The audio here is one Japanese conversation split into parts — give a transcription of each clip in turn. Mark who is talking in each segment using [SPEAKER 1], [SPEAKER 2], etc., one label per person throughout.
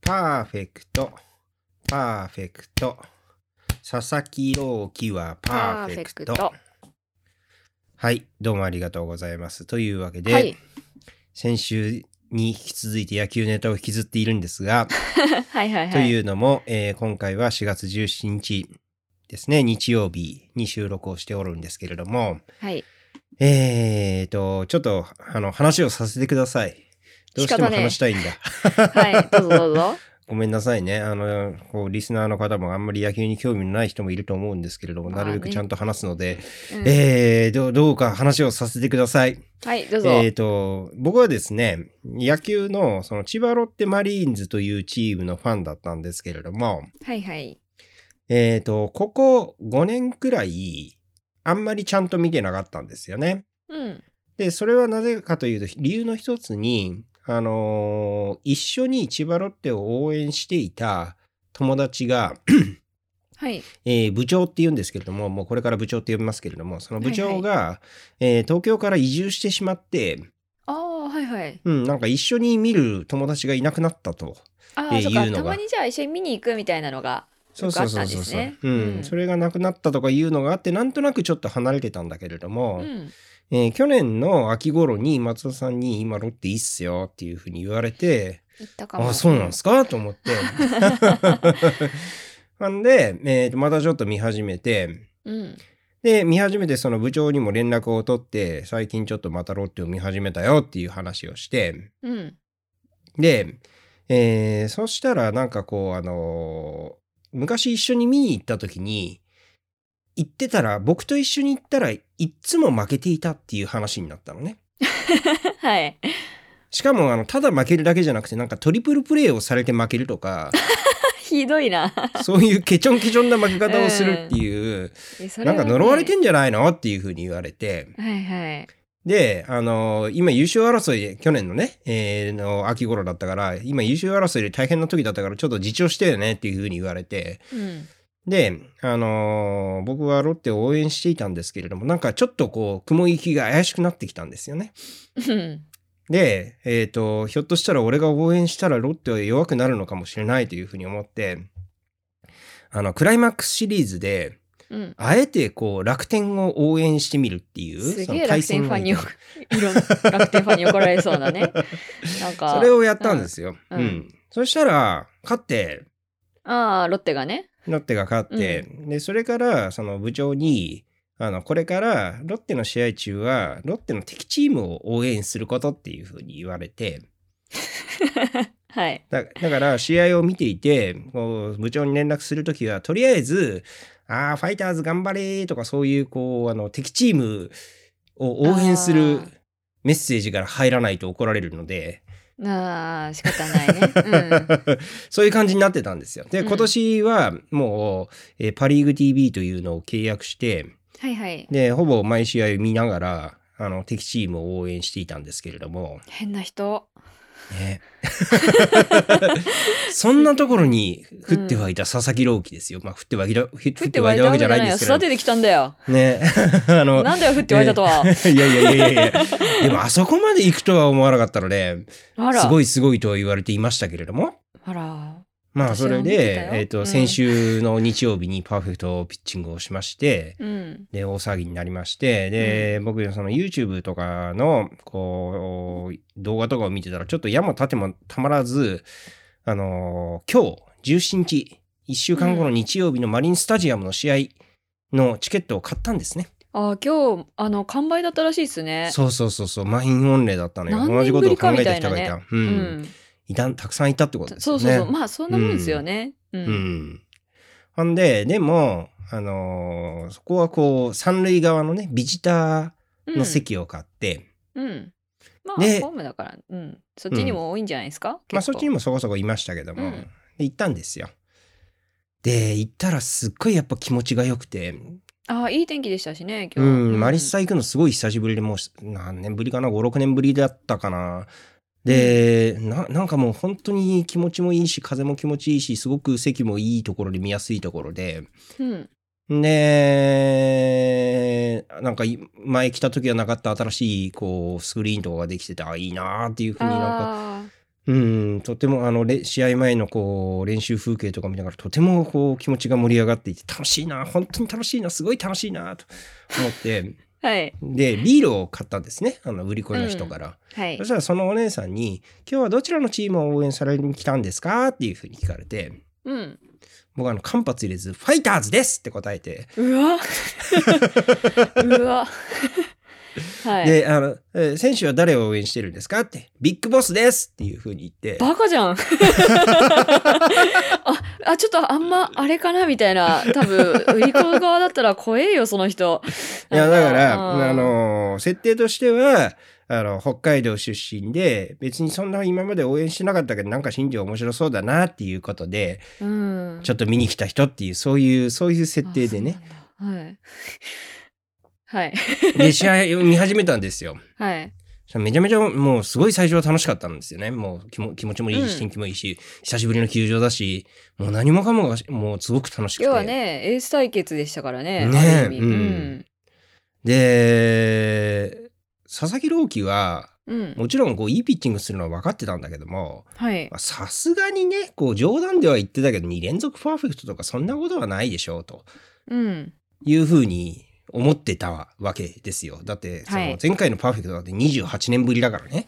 [SPEAKER 1] パーフェクト、パーフェクト。佐々木朗希はパーフェクト。
[SPEAKER 2] パーフェ
[SPEAKER 1] はい、どうもありがとうございます。というわけで、
[SPEAKER 2] はい。
[SPEAKER 1] 先週に引き続いて野球ネタを引きずっているんですが、
[SPEAKER 2] はいはいはい。。
[SPEAKER 1] といううのも、えー今回は4月17日ですね、日曜日に収録をしておるんですけれども、
[SPEAKER 2] はい。
[SPEAKER 1] えーと、ちょっと、あの、話をさせてください。どうしても
[SPEAKER 2] 仕方ねえ
[SPEAKER 1] 話したいんだ。
[SPEAKER 2] はい。どうぞどうぞ。
[SPEAKER 1] ごめんなさいね。あの、こう、リスナーの方もあんまり野球に興味のない人もいると思うんですけれども、
[SPEAKER 2] まあ
[SPEAKER 1] な
[SPEAKER 2] ね
[SPEAKER 1] るべくちゃんと話すので、
[SPEAKER 2] うん
[SPEAKER 1] えー、どう、どうか話をさせてください。
[SPEAKER 2] はい、どうぞ。
[SPEAKER 1] えーと、僕はですね、野球の、その、千葉ロッテマリーンズというチームのファンだったんですけれども、
[SPEAKER 2] はいはい。
[SPEAKER 1] えーと、ここ5年くらい、あんまりちゃんと見てなかったんですよね。
[SPEAKER 2] うん。
[SPEAKER 1] で、それはなぜかというと、理由の一つに、あのー一緒に千葉ロッテを応援していた友達が、
[SPEAKER 2] はい。
[SPEAKER 1] えー部長って言うんですけれども、もうこれから部長って呼びますけれども、その部長が、えー東京から移住してしまって、
[SPEAKER 2] ああ、はいはい。
[SPEAKER 1] うん、なんか一緒に見る友達がいなくなったと。
[SPEAKER 2] あ
[SPEAKER 1] え
[SPEAKER 2] あ、
[SPEAKER 1] ー
[SPEAKER 2] そっか。
[SPEAKER 1] 言うの
[SPEAKER 2] た
[SPEAKER 1] が
[SPEAKER 2] まにじゃあ一緒に見に行くみたいなのが。
[SPEAKER 1] そうそうそうそう
[SPEAKER 2] よくあったんです
[SPEAKER 1] そう、
[SPEAKER 2] ね
[SPEAKER 1] うん。
[SPEAKER 2] うん
[SPEAKER 1] それがなくなったとかいうのがあって、なんとなくちょっと離れてたんだけれども、
[SPEAKER 2] うん。
[SPEAKER 1] えー去年の秋頃に松田さんに今ロッテいいっすよっていうふうに言われて、
[SPEAKER 2] 行ったかも。
[SPEAKER 1] あ、そうなんですかと思 って。 なんで、えーとまたちょっと見始めて、
[SPEAKER 2] うん。
[SPEAKER 1] で、見始めてその部長にも連絡を取って、最近ちょっとまたロッテを見始めたよっていう話をして、
[SPEAKER 2] うん。
[SPEAKER 1] で、えーそしたらなんかこう、あのー昔一緒に見に行った時に、行ってたら、僕と一緒に行ったらいっつも負けていたっていう話になったのね。
[SPEAKER 2] はい。
[SPEAKER 1] しかも、あの、ただ負けるだけじゃなくて、なんかトリプルプレーをされて負けると か、
[SPEAKER 2] ひど いな。
[SPEAKER 1] そういうケチョンケチョンな負け方をするっていう、
[SPEAKER 2] えそれ
[SPEAKER 1] な
[SPEAKER 2] は
[SPEAKER 1] ん
[SPEAKER 2] ね
[SPEAKER 1] か呪われてんじゃないのっていうふうに言われて、
[SPEAKER 2] はいはい。
[SPEAKER 1] で、あのー今優勝争いで、去年のね、えーの秋頃だったから、今優勝争いで大変な時だったから、ちょっと自重してよねっていうふうに言われて、
[SPEAKER 2] うん。
[SPEAKER 1] で、あのー僕はロッテを応援していたんですけれども、なんかちょっとこう、雲行きが怪しくなってきたんですよね。
[SPEAKER 2] うん。
[SPEAKER 1] で、えっ、と、ひょっとしたら俺が応援したらロッテは弱くなるのかもしれないというふうに思って、あの、クライマックスシリーズで、
[SPEAKER 2] うん。
[SPEAKER 1] あえてこう、楽天を応援してみるっていう、
[SPEAKER 2] す
[SPEAKER 1] そ
[SPEAKER 2] げ
[SPEAKER 1] の
[SPEAKER 2] え楽天ファンによく、い ろんな楽天ファンに怒られそうなね。なんか。
[SPEAKER 1] それをやったんですよ。う。
[SPEAKER 2] うんん
[SPEAKER 1] そしたら、勝って、
[SPEAKER 2] ああ、ロッテがね。
[SPEAKER 1] ロッテが勝って、で、それから、その部長に、あの、これから、ロッテの試合中は、ロッテの敵チームを応援することっていうふうに言われて、
[SPEAKER 2] はい。
[SPEAKER 1] だだから、試合を見ていて、こう部長に連絡するときは、とりあえず、ああ、ファイターズ頑張れーとか、そういう、こう、あの、敵チームを応援する
[SPEAKER 2] あー
[SPEAKER 1] メッセージから入らないと怒られるので、
[SPEAKER 2] ああ、仕方ないね。
[SPEAKER 1] そういう感じになってたんですよ。で、
[SPEAKER 2] うん
[SPEAKER 1] 今年はもう、えーパ・リーグ TV というのを契約して、
[SPEAKER 2] うん。はいはい。
[SPEAKER 1] で、ほぼ毎試合見ながら、あの、敵チームを応援していたんですけれども、
[SPEAKER 2] 変な人。
[SPEAKER 1] ね。 そんなところに降ってはいた佐々木朗希ですよ。まあ、降ってはいた、降
[SPEAKER 2] 降
[SPEAKER 1] っ
[SPEAKER 2] って
[SPEAKER 1] て
[SPEAKER 2] 湧
[SPEAKER 1] はいいた
[SPEAKER 2] たわ
[SPEAKER 1] わけ
[SPEAKER 2] けじ
[SPEAKER 1] じ
[SPEAKER 2] ゃ
[SPEAKER 1] ゃな
[SPEAKER 2] な
[SPEAKER 1] いいん
[SPEAKER 2] よ
[SPEAKER 1] ですけれど
[SPEAKER 2] 育ててきたんだよ。
[SPEAKER 1] ね。 あの、
[SPEAKER 2] なんだよ、降って湧いたとは。
[SPEAKER 1] いやいやいやいやいや。でも、あそこまで行くとは思わなかったので、
[SPEAKER 2] あら。
[SPEAKER 1] すごいすごいとは言われていましたけれども。
[SPEAKER 2] あら。
[SPEAKER 1] まあ、
[SPEAKER 2] 私
[SPEAKER 1] そ
[SPEAKER 2] は
[SPEAKER 1] れ
[SPEAKER 2] 見てた
[SPEAKER 1] で
[SPEAKER 2] よ、
[SPEAKER 1] えっ、と、
[SPEAKER 2] うん
[SPEAKER 1] 先週の日曜日にパーフェクトピッチングをしまして、
[SPEAKER 2] うん。
[SPEAKER 1] で、大騒ぎになりまして、で、僕、その YouTube とかの、こう、動画とかを見てたら、ちょっと矢も盾もたまらず、あのー今日、17日、1週間後の日曜日のマリンスタジアムの試合のチケットを買ったんですね。
[SPEAKER 2] あ今日、あの、完売だったらしいですね。
[SPEAKER 1] そうそうそうそう、満員御礼だったのよ。
[SPEAKER 2] 何年
[SPEAKER 1] 同じことを考え
[SPEAKER 2] ぶりか
[SPEAKER 1] た
[SPEAKER 2] み
[SPEAKER 1] 人
[SPEAKER 2] たいな
[SPEAKER 1] がい
[SPEAKER 2] ね
[SPEAKER 1] た。う、
[SPEAKER 2] うんん。
[SPEAKER 1] いた。たくさんいたってことです
[SPEAKER 2] そ
[SPEAKER 1] よ
[SPEAKER 2] う
[SPEAKER 1] ね。
[SPEAKER 2] そうそう。まあ、そんなもんですよね。う。
[SPEAKER 1] うんん。ほんで、でも、あのーそこはこう、三塁側のね、ビジタ
[SPEAKER 2] う
[SPEAKER 1] ー
[SPEAKER 2] ん
[SPEAKER 1] の。席を買って、
[SPEAKER 2] うん。まあ、
[SPEAKER 1] で
[SPEAKER 2] ホームだから、うん。そっちにも多いんじゃないですか
[SPEAKER 1] まあそっちに
[SPEAKER 2] も。
[SPEAKER 1] もそこそこいましたけども、
[SPEAKER 2] うん
[SPEAKER 1] で行ったんですよ。で、行ったらすっごいやっぱ気持ちが良くて、
[SPEAKER 2] あいい天気でしたしね、
[SPEAKER 1] う
[SPEAKER 2] 今日。
[SPEAKER 1] ん、マリッサ行くのすごい久しぶりで、もう何年ぶりかな、5、6年ぶりだったかな。で、な、なんかもう本当に気持ちもいいし、風も気持ちいいし、すごく席もいいところで見やすいところで、
[SPEAKER 2] うん。
[SPEAKER 1] で、なんかい前来た時はなかった新しいこうスクリーンとかができてて、あ、いいなーっていうふうになんか、
[SPEAKER 2] ああ。
[SPEAKER 1] うん、とてもあのれ試合前のこう練習風景とか見ながらとてもこう気持ちが盛り上がっていて楽しいな本当に楽しいなすごい楽しいなと思って
[SPEAKER 2] はい。
[SPEAKER 1] でビールを買ったんですねあの売り子の人から、
[SPEAKER 2] はい
[SPEAKER 1] そ。したらそのお姉さんに「今日はどちらのチームを応援されに来たんですか?」っていうふうに聞かれて
[SPEAKER 2] うん。
[SPEAKER 1] 僕はあの間髪入れず「ファイターズです!」って答えて
[SPEAKER 2] う わうわはい。
[SPEAKER 1] で、あの、えー選手は誰を応援してるんですかって、ビッグボスですっていうふうに言って、
[SPEAKER 2] バカ じゃんあ、あ、ちょっとあんまあれかなみたいな、多分、売り子側だったら怖えよ、その人。
[SPEAKER 1] いや、だか
[SPEAKER 2] うん
[SPEAKER 1] ら、あ、のー、設定としては、あの、北海道出身で、別にそんな今まで応援してなかったけど、なんか新庄面白そうだなっていうことで、
[SPEAKER 2] うん。
[SPEAKER 1] ちょっと見に来た人っていう、そういう、そういう設定でね。
[SPEAKER 2] あ。そうなんだはい。はい。
[SPEAKER 1] で、試合を見始めたんですよ。
[SPEAKER 2] はい。
[SPEAKER 1] めちゃめちゃもうすごい最初は楽しかったんですよね。もう気も気持ちもいいし、
[SPEAKER 2] うん
[SPEAKER 1] 天気もいいし、久しぶりの球場だし、もう何もかもがもうすごく楽しくて。
[SPEAKER 2] 要はね、エース対決でしたからね。
[SPEAKER 1] ね
[SPEAKER 2] ある意味
[SPEAKER 1] うんで、佐々木朗希は、
[SPEAKER 2] うん。うん。
[SPEAKER 1] もちろんこういいピッチングするのは分かってたんだけども、
[SPEAKER 2] はい
[SPEAKER 1] ま。あさすがにね、こう冗談では言ってたけど、2連続パーフェクトとかそんなことはないでしょうと
[SPEAKER 2] うん。
[SPEAKER 1] いうふうに思ってたわけですよ。だって、そ
[SPEAKER 2] は
[SPEAKER 1] の
[SPEAKER 2] い
[SPEAKER 1] 前回のパーフェクトだって28年ぶりだからね。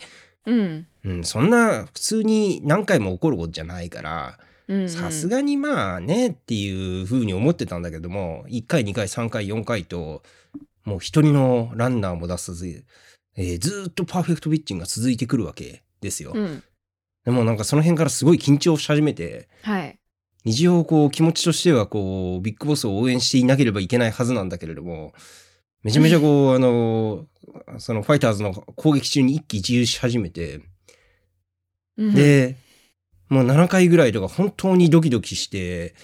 [SPEAKER 2] うん。
[SPEAKER 1] うん、そんな普通に何回も起こることじゃないから、
[SPEAKER 2] うんうん
[SPEAKER 1] さすがにまあねっていうふうに思ってたんだけども、1回、2回、3回、4回と、もう一人のランナーも出さず、えーずーっとパーフェクトピッチングが続いてくるわけですよ。
[SPEAKER 2] うん。
[SPEAKER 1] でもなんかその辺からすごい緊張し始めて、
[SPEAKER 2] はい。
[SPEAKER 1] 日常こう気持ちとしてはこう、ビッグボスを応援していなければいけないはずなんだけれども、めちゃめちゃこう、あの、そのファイターズの攻撃中に一喜一憂し始めて、
[SPEAKER 2] うん、
[SPEAKER 1] で、もう7回ぐらいとか本当にドキドキして、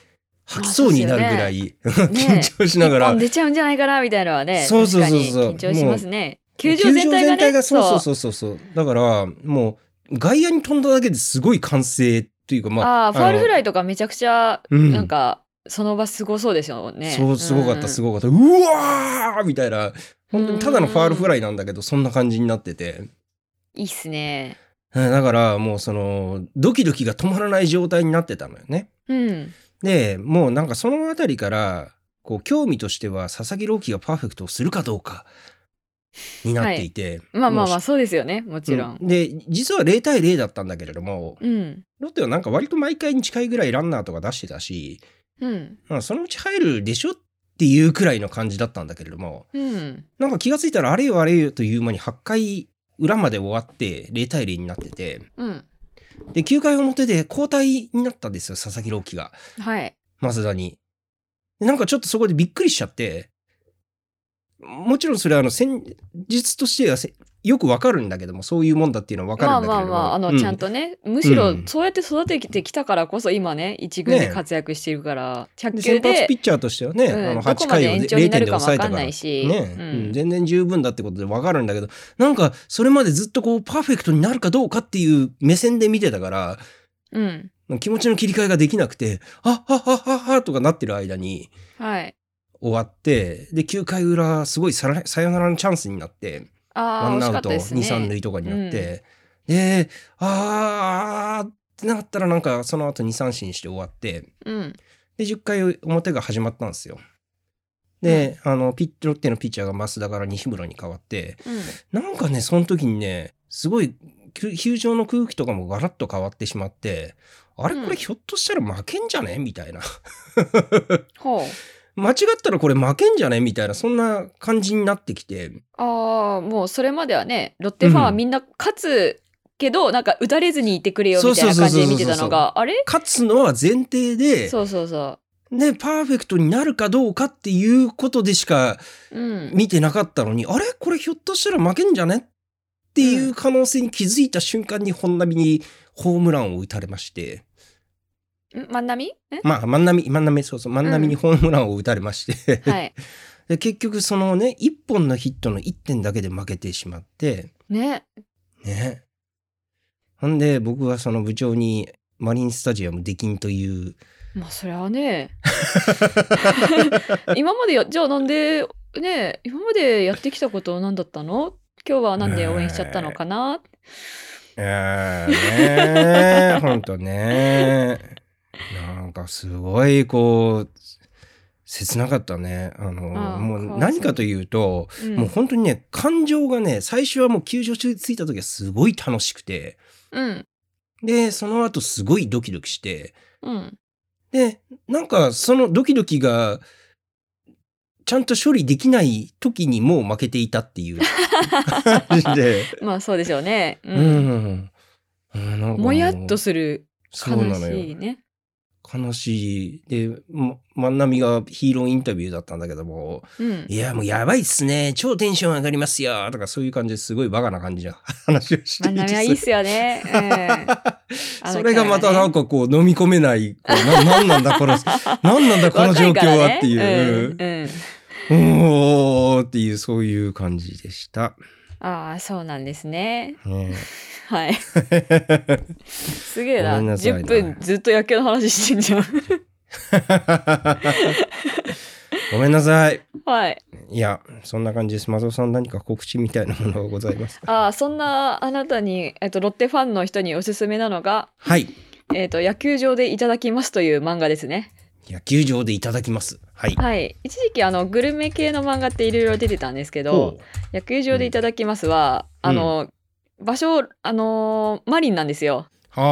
[SPEAKER 1] 吐きそうになるぐらい、 緊張しなが
[SPEAKER 2] 一
[SPEAKER 1] ら、
[SPEAKER 2] 本出ちゃうんじゃないかなみたいなのはね。
[SPEAKER 1] そうそうそうそう
[SPEAKER 2] 確かに緊張しますね。球場全体がね。
[SPEAKER 1] そうそうそうそうそう。だから、もう外野に飛んだだけですごい歓声というか、まあ、
[SPEAKER 2] ああ、ファールフラ
[SPEAKER 1] イ、
[SPEAKER 2] イとかめちゃくちゃ、
[SPEAKER 1] うん、
[SPEAKER 2] なんか、その場すごそうですよね。
[SPEAKER 1] そう、すごかった、すごかった。うわーみたいな、本当にただのファールフライなんだけど、そんな感じになってて。
[SPEAKER 2] い。いいっすね。
[SPEAKER 1] うんだから、もうその、ドキドキが止まらない状態になってたのよね。
[SPEAKER 2] うん。
[SPEAKER 1] で、もうなんかそのあたりから、こう、興味としては、佐々木朗希がパーフェクトをするかどうか、になっていて。
[SPEAKER 2] まあまあま
[SPEAKER 1] もう
[SPEAKER 2] あ、そうですよね。もちろ。
[SPEAKER 1] うんんで、実は0対0だったんだけれども、
[SPEAKER 2] うん。
[SPEAKER 1] ロッテはなんか割と毎回に近いぐらいランナーとか出してたし、
[SPEAKER 2] うん。
[SPEAKER 1] まあそのうち入るでしょっていうくらいの感じだったんだけれども、
[SPEAKER 2] うん。
[SPEAKER 1] なんか気がついたらあれよあれよという間に8回裏まで終わって0対0になってて、
[SPEAKER 2] うん。
[SPEAKER 1] で、9回表で交代になったんですよ、佐々木朗希が。
[SPEAKER 2] はい。
[SPEAKER 1] マズダに。でなんかちょっとそこでびっくりしちゃって、もちろんそれはあの戦術としてはせよくわかるんだけども、そういうもんだっていうのはわか
[SPEAKER 2] ま
[SPEAKER 1] る
[SPEAKER 2] あ
[SPEAKER 1] んだけれ
[SPEAKER 2] まあ
[SPEAKER 1] ども。
[SPEAKER 2] まあ、あ
[SPEAKER 1] う
[SPEAKER 2] の、ちゃんとね、むし
[SPEAKER 1] う
[SPEAKER 2] ろ
[SPEAKER 1] ん
[SPEAKER 2] そうやって育ててきたからこそ、今ね、一軍で
[SPEAKER 1] ね
[SPEAKER 2] 活躍してるから、
[SPEAKER 1] で
[SPEAKER 2] 着球
[SPEAKER 1] 先発
[SPEAKER 2] で
[SPEAKER 1] ピ、ッチャーとしてはね、あ
[SPEAKER 2] う
[SPEAKER 1] の
[SPEAKER 2] ん、どこ
[SPEAKER 1] 8
[SPEAKER 2] ま
[SPEAKER 1] 回
[SPEAKER 2] で
[SPEAKER 1] を
[SPEAKER 2] 延
[SPEAKER 1] 0
[SPEAKER 2] 長に
[SPEAKER 1] 点
[SPEAKER 2] な
[SPEAKER 1] で
[SPEAKER 2] るかも
[SPEAKER 1] 抑
[SPEAKER 2] わ
[SPEAKER 1] えたか
[SPEAKER 2] かん
[SPEAKER 1] ら。
[SPEAKER 2] ない
[SPEAKER 1] ね、
[SPEAKER 2] し、うん
[SPEAKER 1] うん全然十分だってことでわかるんだけど、なんかそれまでずっとこうパーフェクトになるかどうかっていう目線で見てたから、
[SPEAKER 2] うん。
[SPEAKER 1] 気持ちの切り替えができなくて、あっはっはっはっはとかなってる間に
[SPEAKER 2] はい。
[SPEAKER 1] 終わって、で、9回裏、すごいさらさよならのチャンスになって、
[SPEAKER 2] あ
[SPEAKER 1] ワ
[SPEAKER 2] あ、惜
[SPEAKER 1] ン
[SPEAKER 2] し
[SPEAKER 1] ア
[SPEAKER 2] か
[SPEAKER 1] ウ
[SPEAKER 2] っ
[SPEAKER 1] ト
[SPEAKER 2] たです
[SPEAKER 1] 2、
[SPEAKER 2] ね。
[SPEAKER 1] 3塁とかになって、で、あーってなったらなんかその後2、3振して終わって、
[SPEAKER 2] うん。
[SPEAKER 1] で、10回表が始まったんですよ。で、あの、ピッロッテのピッチャーが増田から西村に変わって、
[SPEAKER 2] うん。
[SPEAKER 1] なんかね、その時にね、すごい、球球場の空気とかもガラッと変わってしまって、あれ
[SPEAKER 2] うん
[SPEAKER 1] これひょっとしたら負けんじゃねみたいな。
[SPEAKER 2] ほう。
[SPEAKER 1] 間違ったらこれ負けんじゃねみたいな、そんな感じになってきて、
[SPEAKER 2] ああ、もうそれまではね、ロッテファンはみんな勝つけど、なんか打たれずにいてくれよみたいな感じで見てたのが、あれ
[SPEAKER 1] 勝つのは前提で、
[SPEAKER 2] そうそうそ
[SPEAKER 1] ね、パーフェクトになるかどうかっていうことでしか
[SPEAKER 2] う。うん。
[SPEAKER 1] 見てなかったのに、あれこれひょっとしたら負けんじゃねっていう可能性に気づいた瞬間に本並にホームランを打たれまして、
[SPEAKER 2] ん万波ん
[SPEAKER 1] まあ、万波、万波、そうそう、万波にホームランを打たれまして、
[SPEAKER 2] はい。
[SPEAKER 1] で結局そのね、1本のヒットの1点だけで負けてしまって、
[SPEAKER 2] ね。
[SPEAKER 1] ね。ほんで、僕はその部長に、マリンスタジアムできんという、
[SPEAKER 2] まあ、それ はね。 今までや、じゃあなんで、ね、今までやってきたことなんだったの今日はなんで応援しちゃったのかな
[SPEAKER 1] ええねえ、ほんとね。なんかすごい、こう、切なかったね。あの、
[SPEAKER 2] あー
[SPEAKER 1] も
[SPEAKER 2] かわ
[SPEAKER 1] う
[SPEAKER 2] い
[SPEAKER 1] 何かというと、
[SPEAKER 2] うん
[SPEAKER 1] もう本当にね、感情がね、最初はもう救助中着いた時はすごい楽しくて、
[SPEAKER 2] うん
[SPEAKER 1] で、その後すごいドキドキして、
[SPEAKER 2] うん
[SPEAKER 1] で、なんかそのドキドキが、ちゃんと処理できない時にもう負けていたっていう 感じで、
[SPEAKER 2] まあそうでしょうね、う
[SPEAKER 1] うんん。うんなんか
[SPEAKER 2] もやっとする
[SPEAKER 1] そう
[SPEAKER 2] 悲
[SPEAKER 1] なの
[SPEAKER 2] しい
[SPEAKER 1] よ。
[SPEAKER 2] ね
[SPEAKER 1] 悲しい。で、ま万波がヒーローインタビューだったんだけども、
[SPEAKER 2] うん
[SPEAKER 1] いや、もうやばいっすね。超テンション上がりますよ。とか、そういう感じですごいバカな 感じの話をして
[SPEAKER 2] 真
[SPEAKER 1] い
[SPEAKER 2] ん
[SPEAKER 1] て
[SPEAKER 2] 中はいいっすよね、 うん、あの
[SPEAKER 1] それがまたなんかこう飲み込めない、こうななんなんだこ の、なんなんだこの
[SPEAKER 2] 若
[SPEAKER 1] 状
[SPEAKER 2] いか
[SPEAKER 1] 況
[SPEAKER 2] らね
[SPEAKER 1] はっていう、
[SPEAKER 2] うんう
[SPEAKER 1] う
[SPEAKER 2] ん
[SPEAKER 1] んおーっていうそういう感じでした。
[SPEAKER 2] ああそうなんですね
[SPEAKER 1] ね
[SPEAKER 2] はい
[SPEAKER 1] え
[SPEAKER 2] すげえな
[SPEAKER 1] ごめんなさいな
[SPEAKER 2] 10分ずっと野球の話してんじゃん
[SPEAKER 1] ごめんなさい。
[SPEAKER 2] はい
[SPEAKER 1] いや、そんな感じです。松尾さん何か告知みたいなものはございますか
[SPEAKER 2] ああそんなあなたに、えっと、ロッテファンの人におすすめなのが
[SPEAKER 1] はい。
[SPEAKER 2] 「えっと、野球場でいただきます」という漫画ですね
[SPEAKER 1] 野球場でいただきます。はい。
[SPEAKER 2] はい一時期あのグルメ系の漫画っていろいろ出てたんですけど
[SPEAKER 1] ほ
[SPEAKER 2] 「野球場でいただきますは」
[SPEAKER 1] うん
[SPEAKER 2] あの、場所あのマリンなんですよ
[SPEAKER 1] うはあ、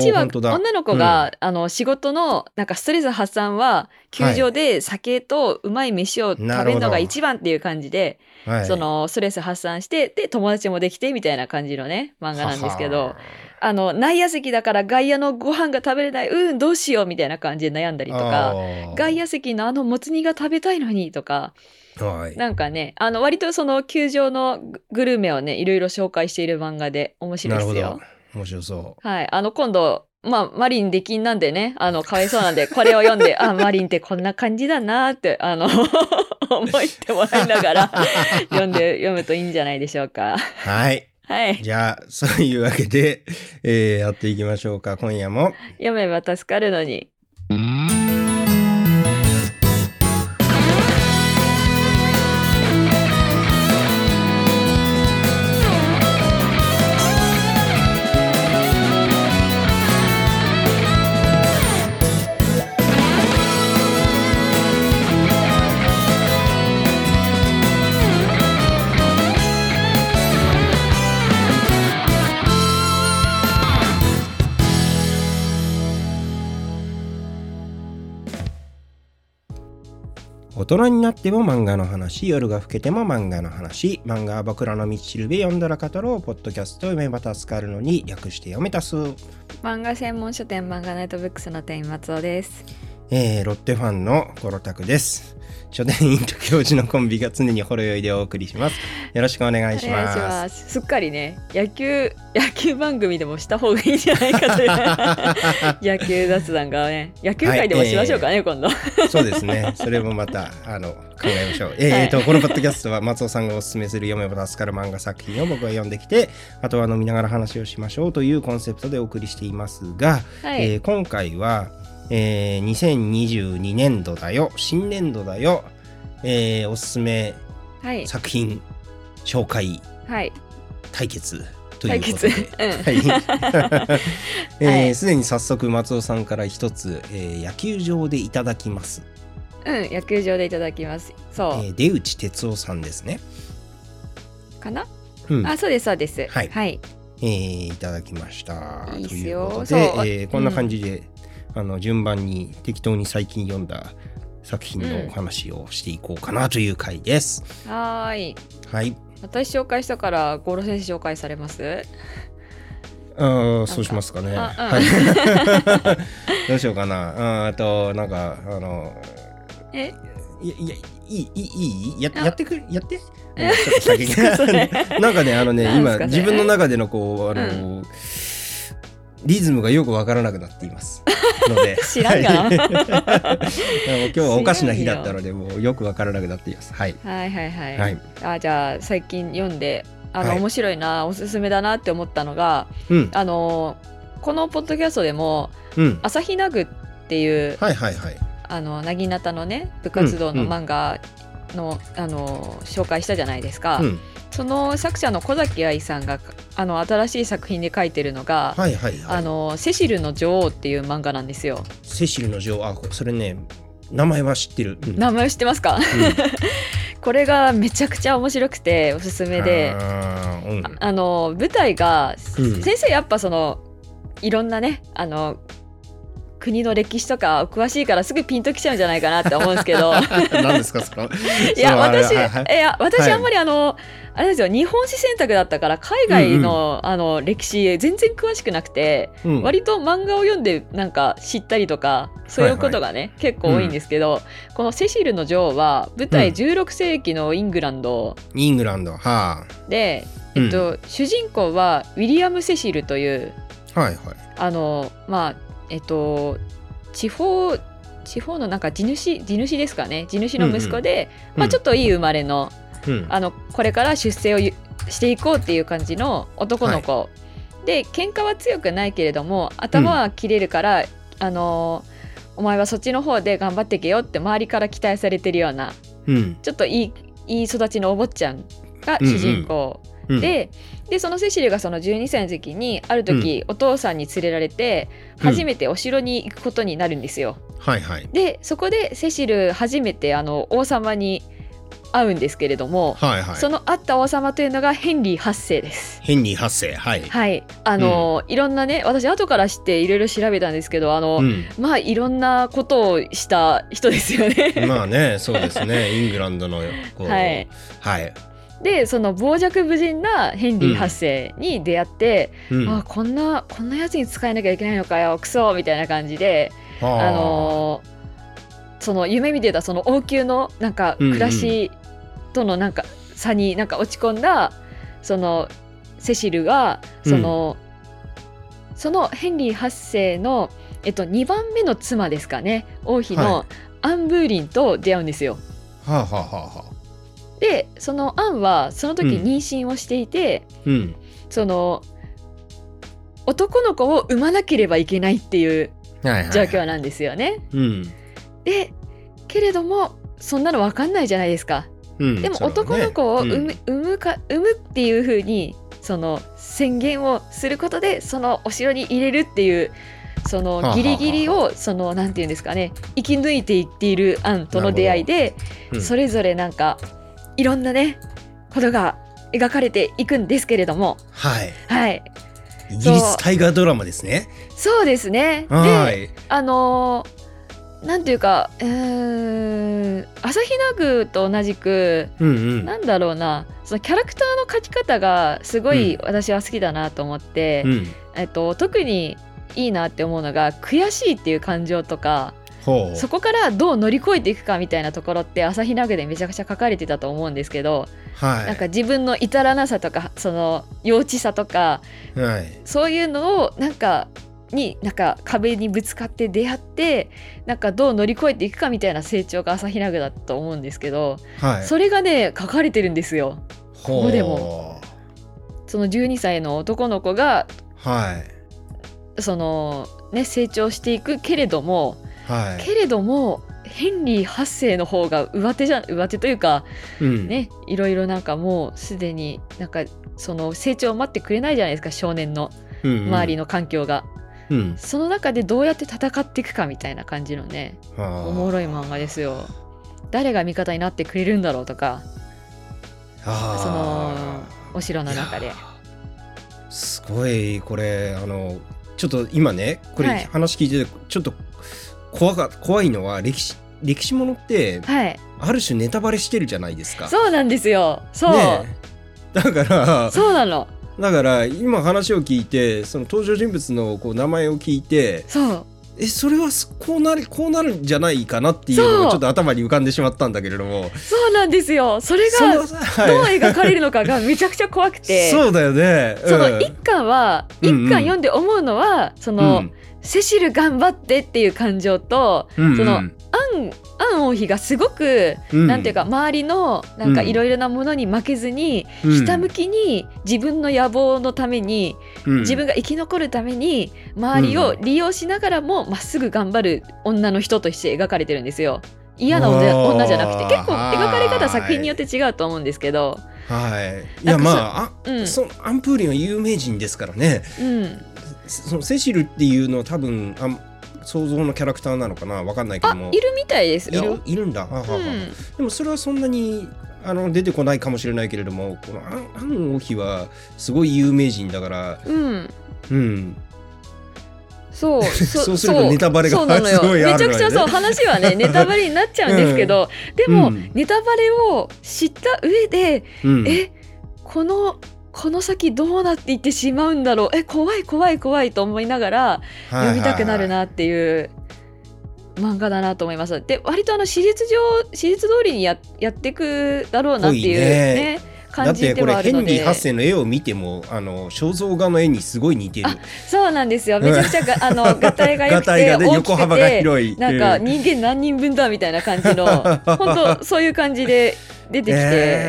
[SPEAKER 2] 1話
[SPEAKER 1] 本当だ。
[SPEAKER 2] 女の子が、あの仕事のなんかストレス発散は球場で酒とうまい飯を食
[SPEAKER 1] なる
[SPEAKER 2] べ
[SPEAKER 1] ほ
[SPEAKER 2] る
[SPEAKER 1] ど
[SPEAKER 2] のが一番っていう感じで、
[SPEAKER 1] はい、
[SPEAKER 2] そのストレス発散してで友達もできてみたいな感じのね漫画なんですけど
[SPEAKER 1] はは
[SPEAKER 2] あの内野席だから外野のご飯が食べれないうんどうしようみたいな感じで悩んだりと
[SPEAKER 1] あ
[SPEAKER 2] か
[SPEAKER 1] ー
[SPEAKER 2] 外野席のあのもつ煮が食べたいのにとか
[SPEAKER 1] はい。
[SPEAKER 2] なんかねあの割とその球場のググルメをねいろいろ紹介している漫画で面白い
[SPEAKER 1] な
[SPEAKER 2] で
[SPEAKER 1] るほ
[SPEAKER 2] すよ
[SPEAKER 1] ど。。面白そ
[SPEAKER 2] はい、あの今度、まあ、マリン出禁なんでねあのかわいそうなんでこれを読んであマリンってこんな感じだなってあの 思ってもらいながら読んで読むといいんじゃないでしょうか。
[SPEAKER 1] う。はい。
[SPEAKER 2] はい、
[SPEAKER 1] じゃあ、 そういうわけで、えーやっていきましょうか。今夜も。
[SPEAKER 2] 読めば助かるのに。
[SPEAKER 1] 大人になっても漫画の話、夜が更けても漫画の話、漫画は僕らの道しるべ読んだら語ろう、ポッドキャスト、読めば助かるのに、略して読めたす。
[SPEAKER 2] 漫画専門書店漫画ナイトブックスの店員松尾です。
[SPEAKER 1] えーロッテファンのゴロタクです。書店員と教授のコンビが常にほろ酔いでお送りします。よろしくお願いします。
[SPEAKER 2] す。すっかりね野球 野球番組でもした方がいいんじゃないかという 野球雑談がね野球界でもしましょうかね、今度。
[SPEAKER 1] そうですね。それもまたあの考えましょう。えーとこのポッドキャストは松尾さんがおすすめする読めば助かる漫画作品を僕が読んできて、あとは飲みながら話をしましょうというコンセプトでお送りしていますが、
[SPEAKER 2] はい、
[SPEAKER 1] えー今回は、えー2022年度だよ、新年度だよ、えーおすすめ
[SPEAKER 2] はい
[SPEAKER 1] 作品紹介
[SPEAKER 2] はい
[SPEAKER 1] 対決ということで。
[SPEAKER 2] 対決 うん
[SPEAKER 1] はい
[SPEAKER 2] は
[SPEAKER 1] えー
[SPEAKER 2] い
[SPEAKER 1] すでに早速松尾さんから一つ、えー野球場でいただきます
[SPEAKER 2] うん、野球場でいただきます。そう、
[SPEAKER 1] えー出内哲夫さんですね。
[SPEAKER 2] かな、
[SPEAKER 1] うん、
[SPEAKER 2] あ、そうです、そうです。
[SPEAKER 1] はい
[SPEAKER 2] はい、
[SPEAKER 1] えーいただきました。
[SPEAKER 2] いいっすよ
[SPEAKER 1] ということ
[SPEAKER 2] そう
[SPEAKER 1] で、えーこんな感じで、あの順番に適当に最近読んだ作品のお話をしていこうかなという回です。
[SPEAKER 2] はーい。
[SPEAKER 1] はい。
[SPEAKER 2] 私紹介したから、ゴロ先生紹介されます。
[SPEAKER 1] ああ、そうしますかね。
[SPEAKER 2] あうん
[SPEAKER 1] はい、 どうしようかな。あーあと、なんか、あの、
[SPEAKER 2] え、
[SPEAKER 1] いや、いや、いい、いい、いいや
[SPEAKER 2] あ
[SPEAKER 1] やってくれ、やって。うんちょっと先に
[SPEAKER 2] 何ですかそれ
[SPEAKER 1] なんかね、あのね、
[SPEAKER 2] 何
[SPEAKER 1] 今、
[SPEAKER 2] ですかそれ
[SPEAKER 1] 自分の中でのこう、あの、リズムがよくわからなくなっています。ので
[SPEAKER 2] 知らんがな
[SPEAKER 1] はい もう今日はおかしな日だったので、もうよくわからなくなっています。はい。
[SPEAKER 2] はいはいはい。
[SPEAKER 1] はい。
[SPEAKER 2] あ、じゃあ、最近読んで、あの、
[SPEAKER 1] はい
[SPEAKER 2] 面白いな、おすすめだなって思ったのが、
[SPEAKER 1] うん。
[SPEAKER 2] あのーこのポッドキャストでも、
[SPEAKER 1] うん。
[SPEAKER 2] 朝日ナグっていう、
[SPEAKER 1] はいはいはい。
[SPEAKER 2] あの、なぎなたのね、部活動の漫画の、あのー紹介したじゃないですか。
[SPEAKER 1] うん。
[SPEAKER 2] その作者の小崎愛さんがあの新しい作品で書いてるのが、
[SPEAKER 1] はいはい
[SPEAKER 2] あ
[SPEAKER 1] はい。
[SPEAKER 2] のセシルの女王っていう漫画なんですよ。
[SPEAKER 1] セシルの女王、あ、こそれね、名前は知ってる。うん
[SPEAKER 2] 名前知ってますか？ これがめちゃくちゃ面白くておすすめで、
[SPEAKER 1] あ ーうん
[SPEAKER 2] ああの舞台が、
[SPEAKER 1] うん
[SPEAKER 2] 先生やっぱそのいろんなねあの国の歴史とかお詳しいからすぐピンときちゃうんじゃないかなって思うんです けど
[SPEAKER 1] 何ですかそれ
[SPEAKER 2] いや
[SPEAKER 1] そうあれ
[SPEAKER 2] 私、
[SPEAKER 1] はいは
[SPEAKER 2] い
[SPEAKER 1] い
[SPEAKER 2] や
[SPEAKER 1] はい
[SPEAKER 2] 私あんまりあの、あれですよ日本史選択だったから海外の,、あの歴史全然詳しくなくて、
[SPEAKER 1] うん
[SPEAKER 2] 割と漫画を読んでなんか知ったりとかそういうことがね、結構多いんですけど、この「セシルの女王」は舞
[SPEAKER 1] う
[SPEAKER 2] 台
[SPEAKER 1] ん
[SPEAKER 2] 16世紀のイングランド
[SPEAKER 1] イングランドはあ
[SPEAKER 2] で、
[SPEAKER 1] うん
[SPEAKER 2] えっと、主人公はウィリアム・セシルという
[SPEAKER 1] はいはい
[SPEAKER 2] あのまあえっと地方地方のなんか地主地主ですかね地主の息子で、
[SPEAKER 1] うん
[SPEAKER 2] まあ、ちょっといい生まれの,、
[SPEAKER 1] うん
[SPEAKER 2] あのこれから出世をゆしていこうっていう感じの男の子、で喧嘩は強くないけれども頭は切れるから、あのお前はそっちの方で頑張ってけよって周りから期待されてるような
[SPEAKER 1] うん
[SPEAKER 2] ちょっといいいい育ちのお坊ちゃんが主人公。
[SPEAKER 1] うん
[SPEAKER 2] ででそのセシルがその12歳の時にある時、お父さんに連れられて
[SPEAKER 1] うん
[SPEAKER 2] 初めてお城に行くことになるんですよ。
[SPEAKER 1] はいはい
[SPEAKER 2] でそこでセシル初めてあの王様に会うんですけれども、
[SPEAKER 1] はいはい
[SPEAKER 2] その会った王様というのがヘンリー8世です。
[SPEAKER 1] ヘンリー八世はい
[SPEAKER 2] はい、あの、いろんなね私後から知っていろいろ調べたんですけどあの、
[SPEAKER 1] うん
[SPEAKER 2] まあいろんなことをした人ですよね。
[SPEAKER 1] まあね そうです ねイングランドのこう
[SPEAKER 2] はい
[SPEAKER 1] はい
[SPEAKER 2] でその傍若無人なヘンリー8世に出会って、
[SPEAKER 1] うん
[SPEAKER 2] あ
[SPEAKER 1] は
[SPEAKER 2] こんなこんなやつに使えなきゃいけないのかよクソみたいな感じで、あ
[SPEAKER 1] あ
[SPEAKER 2] のーその夢見てたその王宮のなんか
[SPEAKER 1] うんうん
[SPEAKER 2] 暮らしとのなんか差になんか落ち込んだそのセシルがその、そのヘンリー8世の、えっと、2番目の妻ですかね王妃
[SPEAKER 1] は
[SPEAKER 2] のアン・ブーリンと出会うんですよ。
[SPEAKER 1] はあはあはあはあ
[SPEAKER 2] でそのアンはその時
[SPEAKER 1] うん
[SPEAKER 2] 妊娠をしていて、
[SPEAKER 1] うん
[SPEAKER 2] その男の子を産まなければいけないっていう
[SPEAKER 1] はいはい
[SPEAKER 2] 状況なんですよね。
[SPEAKER 1] うん
[SPEAKER 2] でけれどもそんなの分かんないじゃないですか。
[SPEAKER 1] うん
[SPEAKER 2] でも
[SPEAKER 1] そうだね
[SPEAKER 2] 男の子を
[SPEAKER 1] うん
[SPEAKER 2] 産む,、産むか産むっていう風にその宣言をすることでそのお城に入れるっていうそ
[SPEAKER 1] はあはあ
[SPEAKER 2] のギリギリをそのなんて言うんですかね生き抜いていっているアンとの出会いで、
[SPEAKER 1] うん
[SPEAKER 2] それぞれなんかいろんなねことが描かれていくんですけれども
[SPEAKER 1] はい
[SPEAKER 2] はい
[SPEAKER 1] イギリス大河ドラマですね
[SPEAKER 2] そうですね。
[SPEAKER 1] は
[SPEAKER 2] で、
[SPEAKER 1] い
[SPEAKER 2] あのーなんていうか、うーん、朝比奈宮と同じく、
[SPEAKER 1] うんうん
[SPEAKER 2] なんだろうな、そのキャラクターの描き方がすごい私は好きだなと思って、
[SPEAKER 1] うん
[SPEAKER 2] えっと特にいいなって思うのが悔しいっていう感情とか、
[SPEAKER 1] ほ
[SPEAKER 2] そうこからどう乗り越えていくかみたいなところって朝比奈宮でめちゃくちゃ書かれてたと思うんですけど、
[SPEAKER 1] はい
[SPEAKER 2] なんか自分の至らなさとか、その幼稚さとか、
[SPEAKER 1] はい
[SPEAKER 2] そういうのをなんかになんか壁にぶつかって出会ってなんかどう乗り越えていくかみたいな成長が朝比奈宮だと思うんですけど、
[SPEAKER 1] はい
[SPEAKER 2] それがね書かれてるんですよ。
[SPEAKER 1] ほう
[SPEAKER 2] こでもその12歳の男の子が
[SPEAKER 1] はい
[SPEAKER 2] そのね成長していくけれども、
[SPEAKER 1] は
[SPEAKER 2] けれどもヘンリー8世の方が上手じゃ上手というか
[SPEAKER 1] いうん
[SPEAKER 2] ねいろいろなんかもうすでになんかその成長を待ってくれないじゃないですか少年の周り
[SPEAKER 1] の
[SPEAKER 2] の環境が、
[SPEAKER 1] うん
[SPEAKER 2] その中でどうやって戦っていくかみたいな感じのね
[SPEAKER 1] あー
[SPEAKER 2] おもろい漫画ですよ誰が味方になってくれるんだろうとかその
[SPEAKER 1] あ
[SPEAKER 2] お城の中
[SPEAKER 1] い
[SPEAKER 2] で
[SPEAKER 1] やーすごいこれあのちょっと今ねこ
[SPEAKER 2] は
[SPEAKER 1] れ
[SPEAKER 2] い
[SPEAKER 1] 話聞いててちょっと怖か怖いのは歴史歴史ものって
[SPEAKER 2] はい
[SPEAKER 1] ある種ネタバレしてるじゃないですか。
[SPEAKER 2] そうなんですよそう、
[SPEAKER 1] ねえだから
[SPEAKER 2] そうなの
[SPEAKER 1] だから今話を聞いてその登場人物のこう名前を聞いて
[SPEAKER 2] そう
[SPEAKER 1] えそれはすこうなるこうなるんじゃないかなっていうの
[SPEAKER 2] そ
[SPEAKER 1] が
[SPEAKER 2] う
[SPEAKER 1] ちょっと頭に浮かんでしまったんだけれども
[SPEAKER 2] そうなんですよそれ
[SPEAKER 1] そ
[SPEAKER 2] が
[SPEAKER 1] の
[SPEAKER 2] どう
[SPEAKER 1] はい
[SPEAKER 2] 描かれるのかがめちゃくちゃ怖くて
[SPEAKER 1] そうだよね。
[SPEAKER 2] その
[SPEAKER 1] うん
[SPEAKER 2] 一巻は、
[SPEAKER 1] うんうん
[SPEAKER 2] 一巻読んで思うのはその、
[SPEAKER 1] うん
[SPEAKER 2] セシル頑張ってっていう感情と
[SPEAKER 1] うんうん
[SPEAKER 2] そのアンアン王妃がすごく、
[SPEAKER 1] うん
[SPEAKER 2] なんていうか周りのなんか
[SPEAKER 1] うん
[SPEAKER 2] いろいろなものに負けずに、ひたむきに自分の野望のために、
[SPEAKER 1] うん
[SPEAKER 2] 自分が生き残るために周りを利用しながらもまっすぐ頑張る女の人として描かれてるんですよ嫌な女
[SPEAKER 1] あー
[SPEAKER 2] 女じゃなくて結構
[SPEAKER 1] はい
[SPEAKER 2] 描かれ方作品によって違うと思うんですけど、
[SPEAKER 1] はい。い
[SPEAKER 2] な
[SPEAKER 1] や
[SPEAKER 2] んか
[SPEAKER 1] ま
[SPEAKER 2] そ
[SPEAKER 1] ああ、
[SPEAKER 2] うん
[SPEAKER 1] そのアンプーリンは有名人ですからね。
[SPEAKER 2] うん、
[SPEAKER 1] そのセシルっていうのは多分あん想像のキャラクターなのかなわかんないけど
[SPEAKER 2] あ
[SPEAKER 1] も。
[SPEAKER 2] いるみたいです
[SPEAKER 1] い
[SPEAKER 2] よ
[SPEAKER 1] る。いるんだ。はあはあ
[SPEAKER 2] う
[SPEAKER 1] はあ
[SPEAKER 2] ん、
[SPEAKER 1] でもそれはそんなにあの出てこないかもしれないけれどもこのアンアン王妃はすごい有名人だから、
[SPEAKER 2] うん、
[SPEAKER 1] うん、
[SPEAKER 2] そうそ
[SPEAKER 1] そうするとネタバレが
[SPEAKER 2] そうなのよ
[SPEAKER 1] すごいあ
[SPEAKER 2] め
[SPEAKER 1] る
[SPEAKER 2] ち
[SPEAKER 1] わ
[SPEAKER 2] ゃく
[SPEAKER 1] け
[SPEAKER 2] ち
[SPEAKER 1] ね
[SPEAKER 2] ゃそう話は ねネタバレになっちゃうんですけど、でも、
[SPEAKER 1] うん
[SPEAKER 2] ネタバレを知った上で、
[SPEAKER 1] うん、
[SPEAKER 2] えこのこの先どうなっていってしまうんだろうえ怖い怖い怖いと思いながら読みたくなるなっていう漫画だなと思いました。で割とあの史実上史実通りにややっていくだろうなっていう
[SPEAKER 1] 多
[SPEAKER 2] ね
[SPEAKER 1] だ
[SPEAKER 2] 感
[SPEAKER 1] っ
[SPEAKER 2] じ
[SPEAKER 1] て
[SPEAKER 2] で
[SPEAKER 1] これ
[SPEAKER 2] はあ
[SPEAKER 1] ヘ
[SPEAKER 2] るの
[SPEAKER 1] ンリ
[SPEAKER 2] で
[SPEAKER 1] ー8世の絵を見てもあの肖像画の絵にすごい似てる
[SPEAKER 2] そうなんですよめちゃくちゃが あの合体が良
[SPEAKER 1] 画
[SPEAKER 2] くて
[SPEAKER 1] 体がね
[SPEAKER 2] 大き
[SPEAKER 1] 横
[SPEAKER 2] く
[SPEAKER 1] 幅が
[SPEAKER 2] て
[SPEAKER 1] 広い
[SPEAKER 2] なんか人間何人分だみたいな 感じの本当そういう感じで出てきて、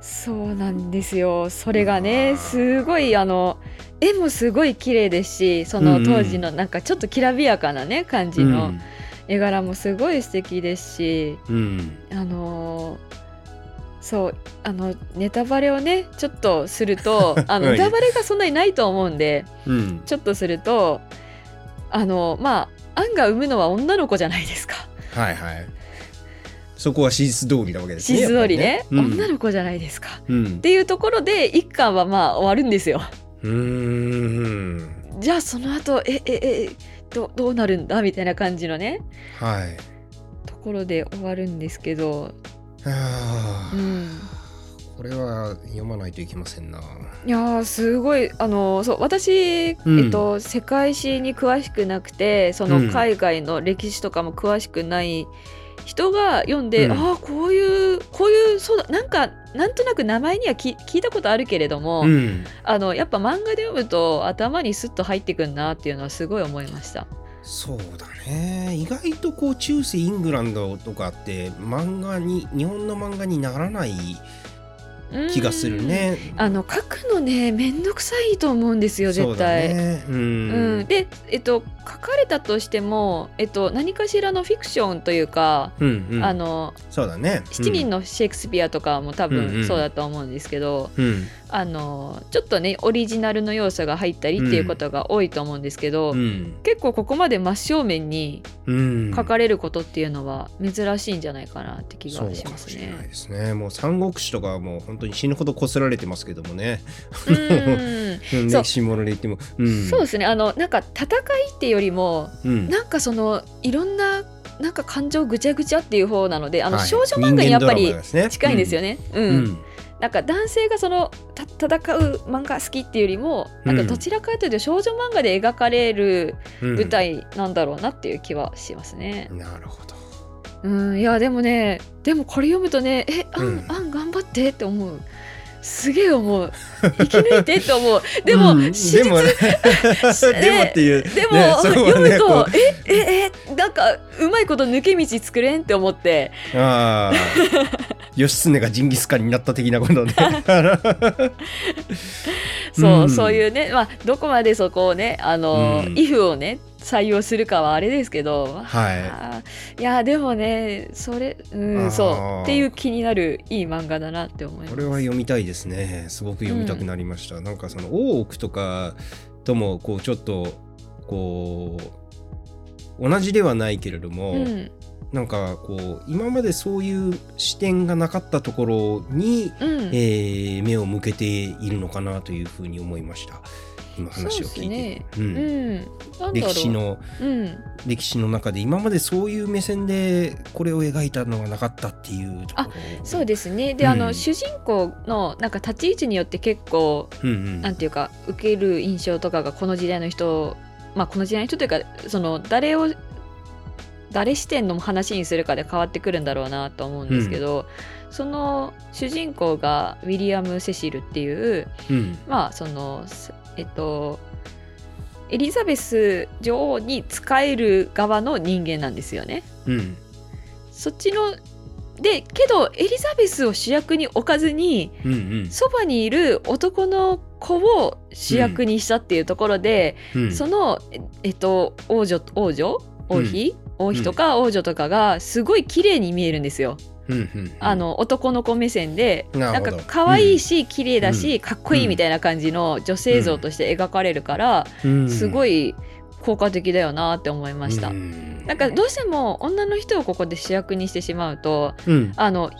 [SPEAKER 2] そうなんですよそれが
[SPEAKER 1] う
[SPEAKER 2] ね
[SPEAKER 1] わー
[SPEAKER 2] すごいあの絵もすごい綺麗ですしそ
[SPEAKER 1] うんう
[SPEAKER 2] の
[SPEAKER 1] ん
[SPEAKER 2] 当時のなんかちょっときらびやかなね感じ
[SPEAKER 1] う
[SPEAKER 2] の
[SPEAKER 1] ん
[SPEAKER 2] 絵柄もすごい素敵ですし、
[SPEAKER 1] うん
[SPEAKER 2] あのーそうあのネタバレをねちょっとす るとあの
[SPEAKER 1] はい
[SPEAKER 2] ネタバレがそんなにないと思うんで
[SPEAKER 1] うん
[SPEAKER 2] ちょっとするとあのまあアンが産むのは女の子じゃないですか
[SPEAKER 1] はいはいそこは史実通りなわけです
[SPEAKER 2] シ
[SPEAKER 1] ね
[SPEAKER 2] ーズ通りね
[SPEAKER 1] やっぱりね
[SPEAKER 2] 女の子じゃないですか、っ
[SPEAKER 1] うんうん
[SPEAKER 2] ていうところで一巻はまあ終わるんですよ。
[SPEAKER 1] うーん
[SPEAKER 2] じゃあその後えええどどうなるんだみたいな感じのね
[SPEAKER 1] はい
[SPEAKER 2] ところで終わるんですけど、
[SPEAKER 1] あ
[SPEAKER 2] う
[SPEAKER 1] ー
[SPEAKER 2] ん、
[SPEAKER 1] これは読まないといけませんな。
[SPEAKER 2] いやーすごいあのそう私、
[SPEAKER 1] うん
[SPEAKER 2] えっと、世界史に詳しくなくてそうの
[SPEAKER 1] ん
[SPEAKER 2] 海外の歴史とかも詳しくない人が読んで、
[SPEAKER 1] うん
[SPEAKER 2] ああこういうこういうそうだなんかなんとなく名前にはき聞いたことあるけれども、
[SPEAKER 1] うん、
[SPEAKER 2] あのやっぱ漫画で読むと頭にスッと入ってくるなっていうのはすごい思いました。
[SPEAKER 1] そうだね意外とこう中世イングランドとかって漫画に日本の漫画にならない気がする
[SPEAKER 2] うん
[SPEAKER 1] ね。
[SPEAKER 2] あの書くのねめんどくさいと思うんですよ
[SPEAKER 1] そ
[SPEAKER 2] 絶
[SPEAKER 1] うだ
[SPEAKER 2] 対。
[SPEAKER 1] ね、うん
[SPEAKER 2] うん、で、えっと、書かれたとしても、えっと、何かしらのフィクションというか、
[SPEAKER 1] うんうん、
[SPEAKER 2] あの
[SPEAKER 1] そうだね。
[SPEAKER 2] 7人
[SPEAKER 1] の、
[SPEAKER 2] のシェイクスピアとかも多
[SPEAKER 1] うんう
[SPEAKER 2] 分
[SPEAKER 1] ん
[SPEAKER 2] そうだと思うんですけど、
[SPEAKER 1] うん
[SPEAKER 2] あのちょっとねオリジナルの要素が入ったりっていうことが多いと思うんですけど、
[SPEAKER 1] うん
[SPEAKER 2] 結構ここまで真正面に
[SPEAKER 1] うん、
[SPEAKER 2] 書かれることっていうのは珍しいんじゃないかなって気
[SPEAKER 1] そう
[SPEAKER 2] がし
[SPEAKER 1] か
[SPEAKER 2] ま
[SPEAKER 1] も
[SPEAKER 2] す
[SPEAKER 1] しれない
[SPEAKER 2] ね。
[SPEAKER 1] ですね。もう三国志とかはもう本当に死ぬほどこすられてますけどもね。
[SPEAKER 2] うん
[SPEAKER 1] うん
[SPEAKER 2] そう
[SPEAKER 1] 歴史もので言っても。うん、
[SPEAKER 2] そうですねあのなんか戦いっていうよりも
[SPEAKER 1] うん
[SPEAKER 2] なんかそのいろんななんか感情ぐちゃぐちゃっていう方なのであの
[SPEAKER 1] はい
[SPEAKER 2] 少女漫画にやっ
[SPEAKER 1] 人間ド
[SPEAKER 2] ぱ
[SPEAKER 1] ラ
[SPEAKER 2] り
[SPEAKER 1] マですね
[SPEAKER 2] 近いんですよ
[SPEAKER 1] ね。
[SPEAKER 2] ね。うん
[SPEAKER 1] うんうん
[SPEAKER 2] なんか男性がそのた戦う漫画好きっていうよりもなんか
[SPEAKER 1] うん
[SPEAKER 2] どちらかというと少女漫画で描かれる
[SPEAKER 1] うん
[SPEAKER 2] 舞台なんだろうなっていう気はしますね。
[SPEAKER 1] なるほど。
[SPEAKER 2] うん、いやでもねでもこれ読むとねえあん、
[SPEAKER 1] うん
[SPEAKER 2] あん頑張ってって思う。すげえ思う生き抜いてって思うでも、
[SPEAKER 1] うん
[SPEAKER 2] 史実
[SPEAKER 1] でもね
[SPEAKER 2] ね
[SPEAKER 1] でもっていう。
[SPEAKER 2] で
[SPEAKER 1] ねそ
[SPEAKER 2] も、
[SPEAKER 1] こは
[SPEAKER 2] 読む
[SPEAKER 1] ね
[SPEAKER 2] と
[SPEAKER 1] こ
[SPEAKER 2] えええなんかうまいこと抜け道作れんって思って
[SPEAKER 1] うああ。義経がジンギスカンになった的な ことね。
[SPEAKER 2] そう、
[SPEAKER 1] うん
[SPEAKER 2] そういうね、まあ、どこまでそこをねあの、
[SPEAKER 1] うん
[SPEAKER 2] イフをね採用するかはあれですけど、
[SPEAKER 1] はい。
[SPEAKER 2] あーいやでもねそれう
[SPEAKER 1] あ
[SPEAKER 2] ん
[SPEAKER 1] ー
[SPEAKER 2] そうっていう気になるいい漫画だなって思います。
[SPEAKER 1] これは読みたいですね。すごく読みたくなりました。なんかその大奥とかともこうちょっとこう同じではないけれども、
[SPEAKER 2] うん
[SPEAKER 1] なんかこう今までそういう視点がなかったところに、
[SPEAKER 2] うん
[SPEAKER 1] えー目を向けているのかなというふうに思いました。今話を聞いて。うん
[SPEAKER 2] うん、なんだろ
[SPEAKER 1] 歴
[SPEAKER 2] う
[SPEAKER 1] 史の
[SPEAKER 2] うん、
[SPEAKER 1] 歴史の中で今までそういう目線でこれを描いたのがなかったっていうところ
[SPEAKER 2] そう
[SPEAKER 1] で
[SPEAKER 2] ですねで、あ
[SPEAKER 1] う
[SPEAKER 2] の
[SPEAKER 1] ん
[SPEAKER 2] 主人公のなんか立ち位置によって結構
[SPEAKER 1] す、うんうん、
[SPEAKER 2] なんていうか受ける印象とかがこの時代の人まあこの時代の人というかその誰を誰視点の話にするかで変わってくるんだろうなと思うんですけど、その主人公がウィリアム・セシルっていう
[SPEAKER 1] うん
[SPEAKER 2] まあそのすえっとエリザベス女王に仕える側の人間なんですよね。
[SPEAKER 1] うん
[SPEAKER 2] そっちのでけどエリザベスを主役に置かずに
[SPEAKER 1] うんうん
[SPEAKER 2] そばにいる男の子を主役にしたっていうところで、
[SPEAKER 1] うん
[SPEAKER 2] そのええっと王女王女王妃、王妃とか王女とかがすごい綺麗に見えるんですよ。
[SPEAKER 1] うんうん
[SPEAKER 2] あの男の子目線で
[SPEAKER 1] な
[SPEAKER 2] な
[SPEAKER 1] る
[SPEAKER 2] ん
[SPEAKER 1] ほ
[SPEAKER 2] か
[SPEAKER 1] ど
[SPEAKER 2] 可愛いし綺麗だしかっこいいみたいな感じの女性像として描かれるから
[SPEAKER 1] うん
[SPEAKER 2] すごい効果的だよなって思いました
[SPEAKER 1] う。ん
[SPEAKER 2] なんかどうしても女の人をここで主役にしてしまうと
[SPEAKER 1] うん
[SPEAKER 2] あの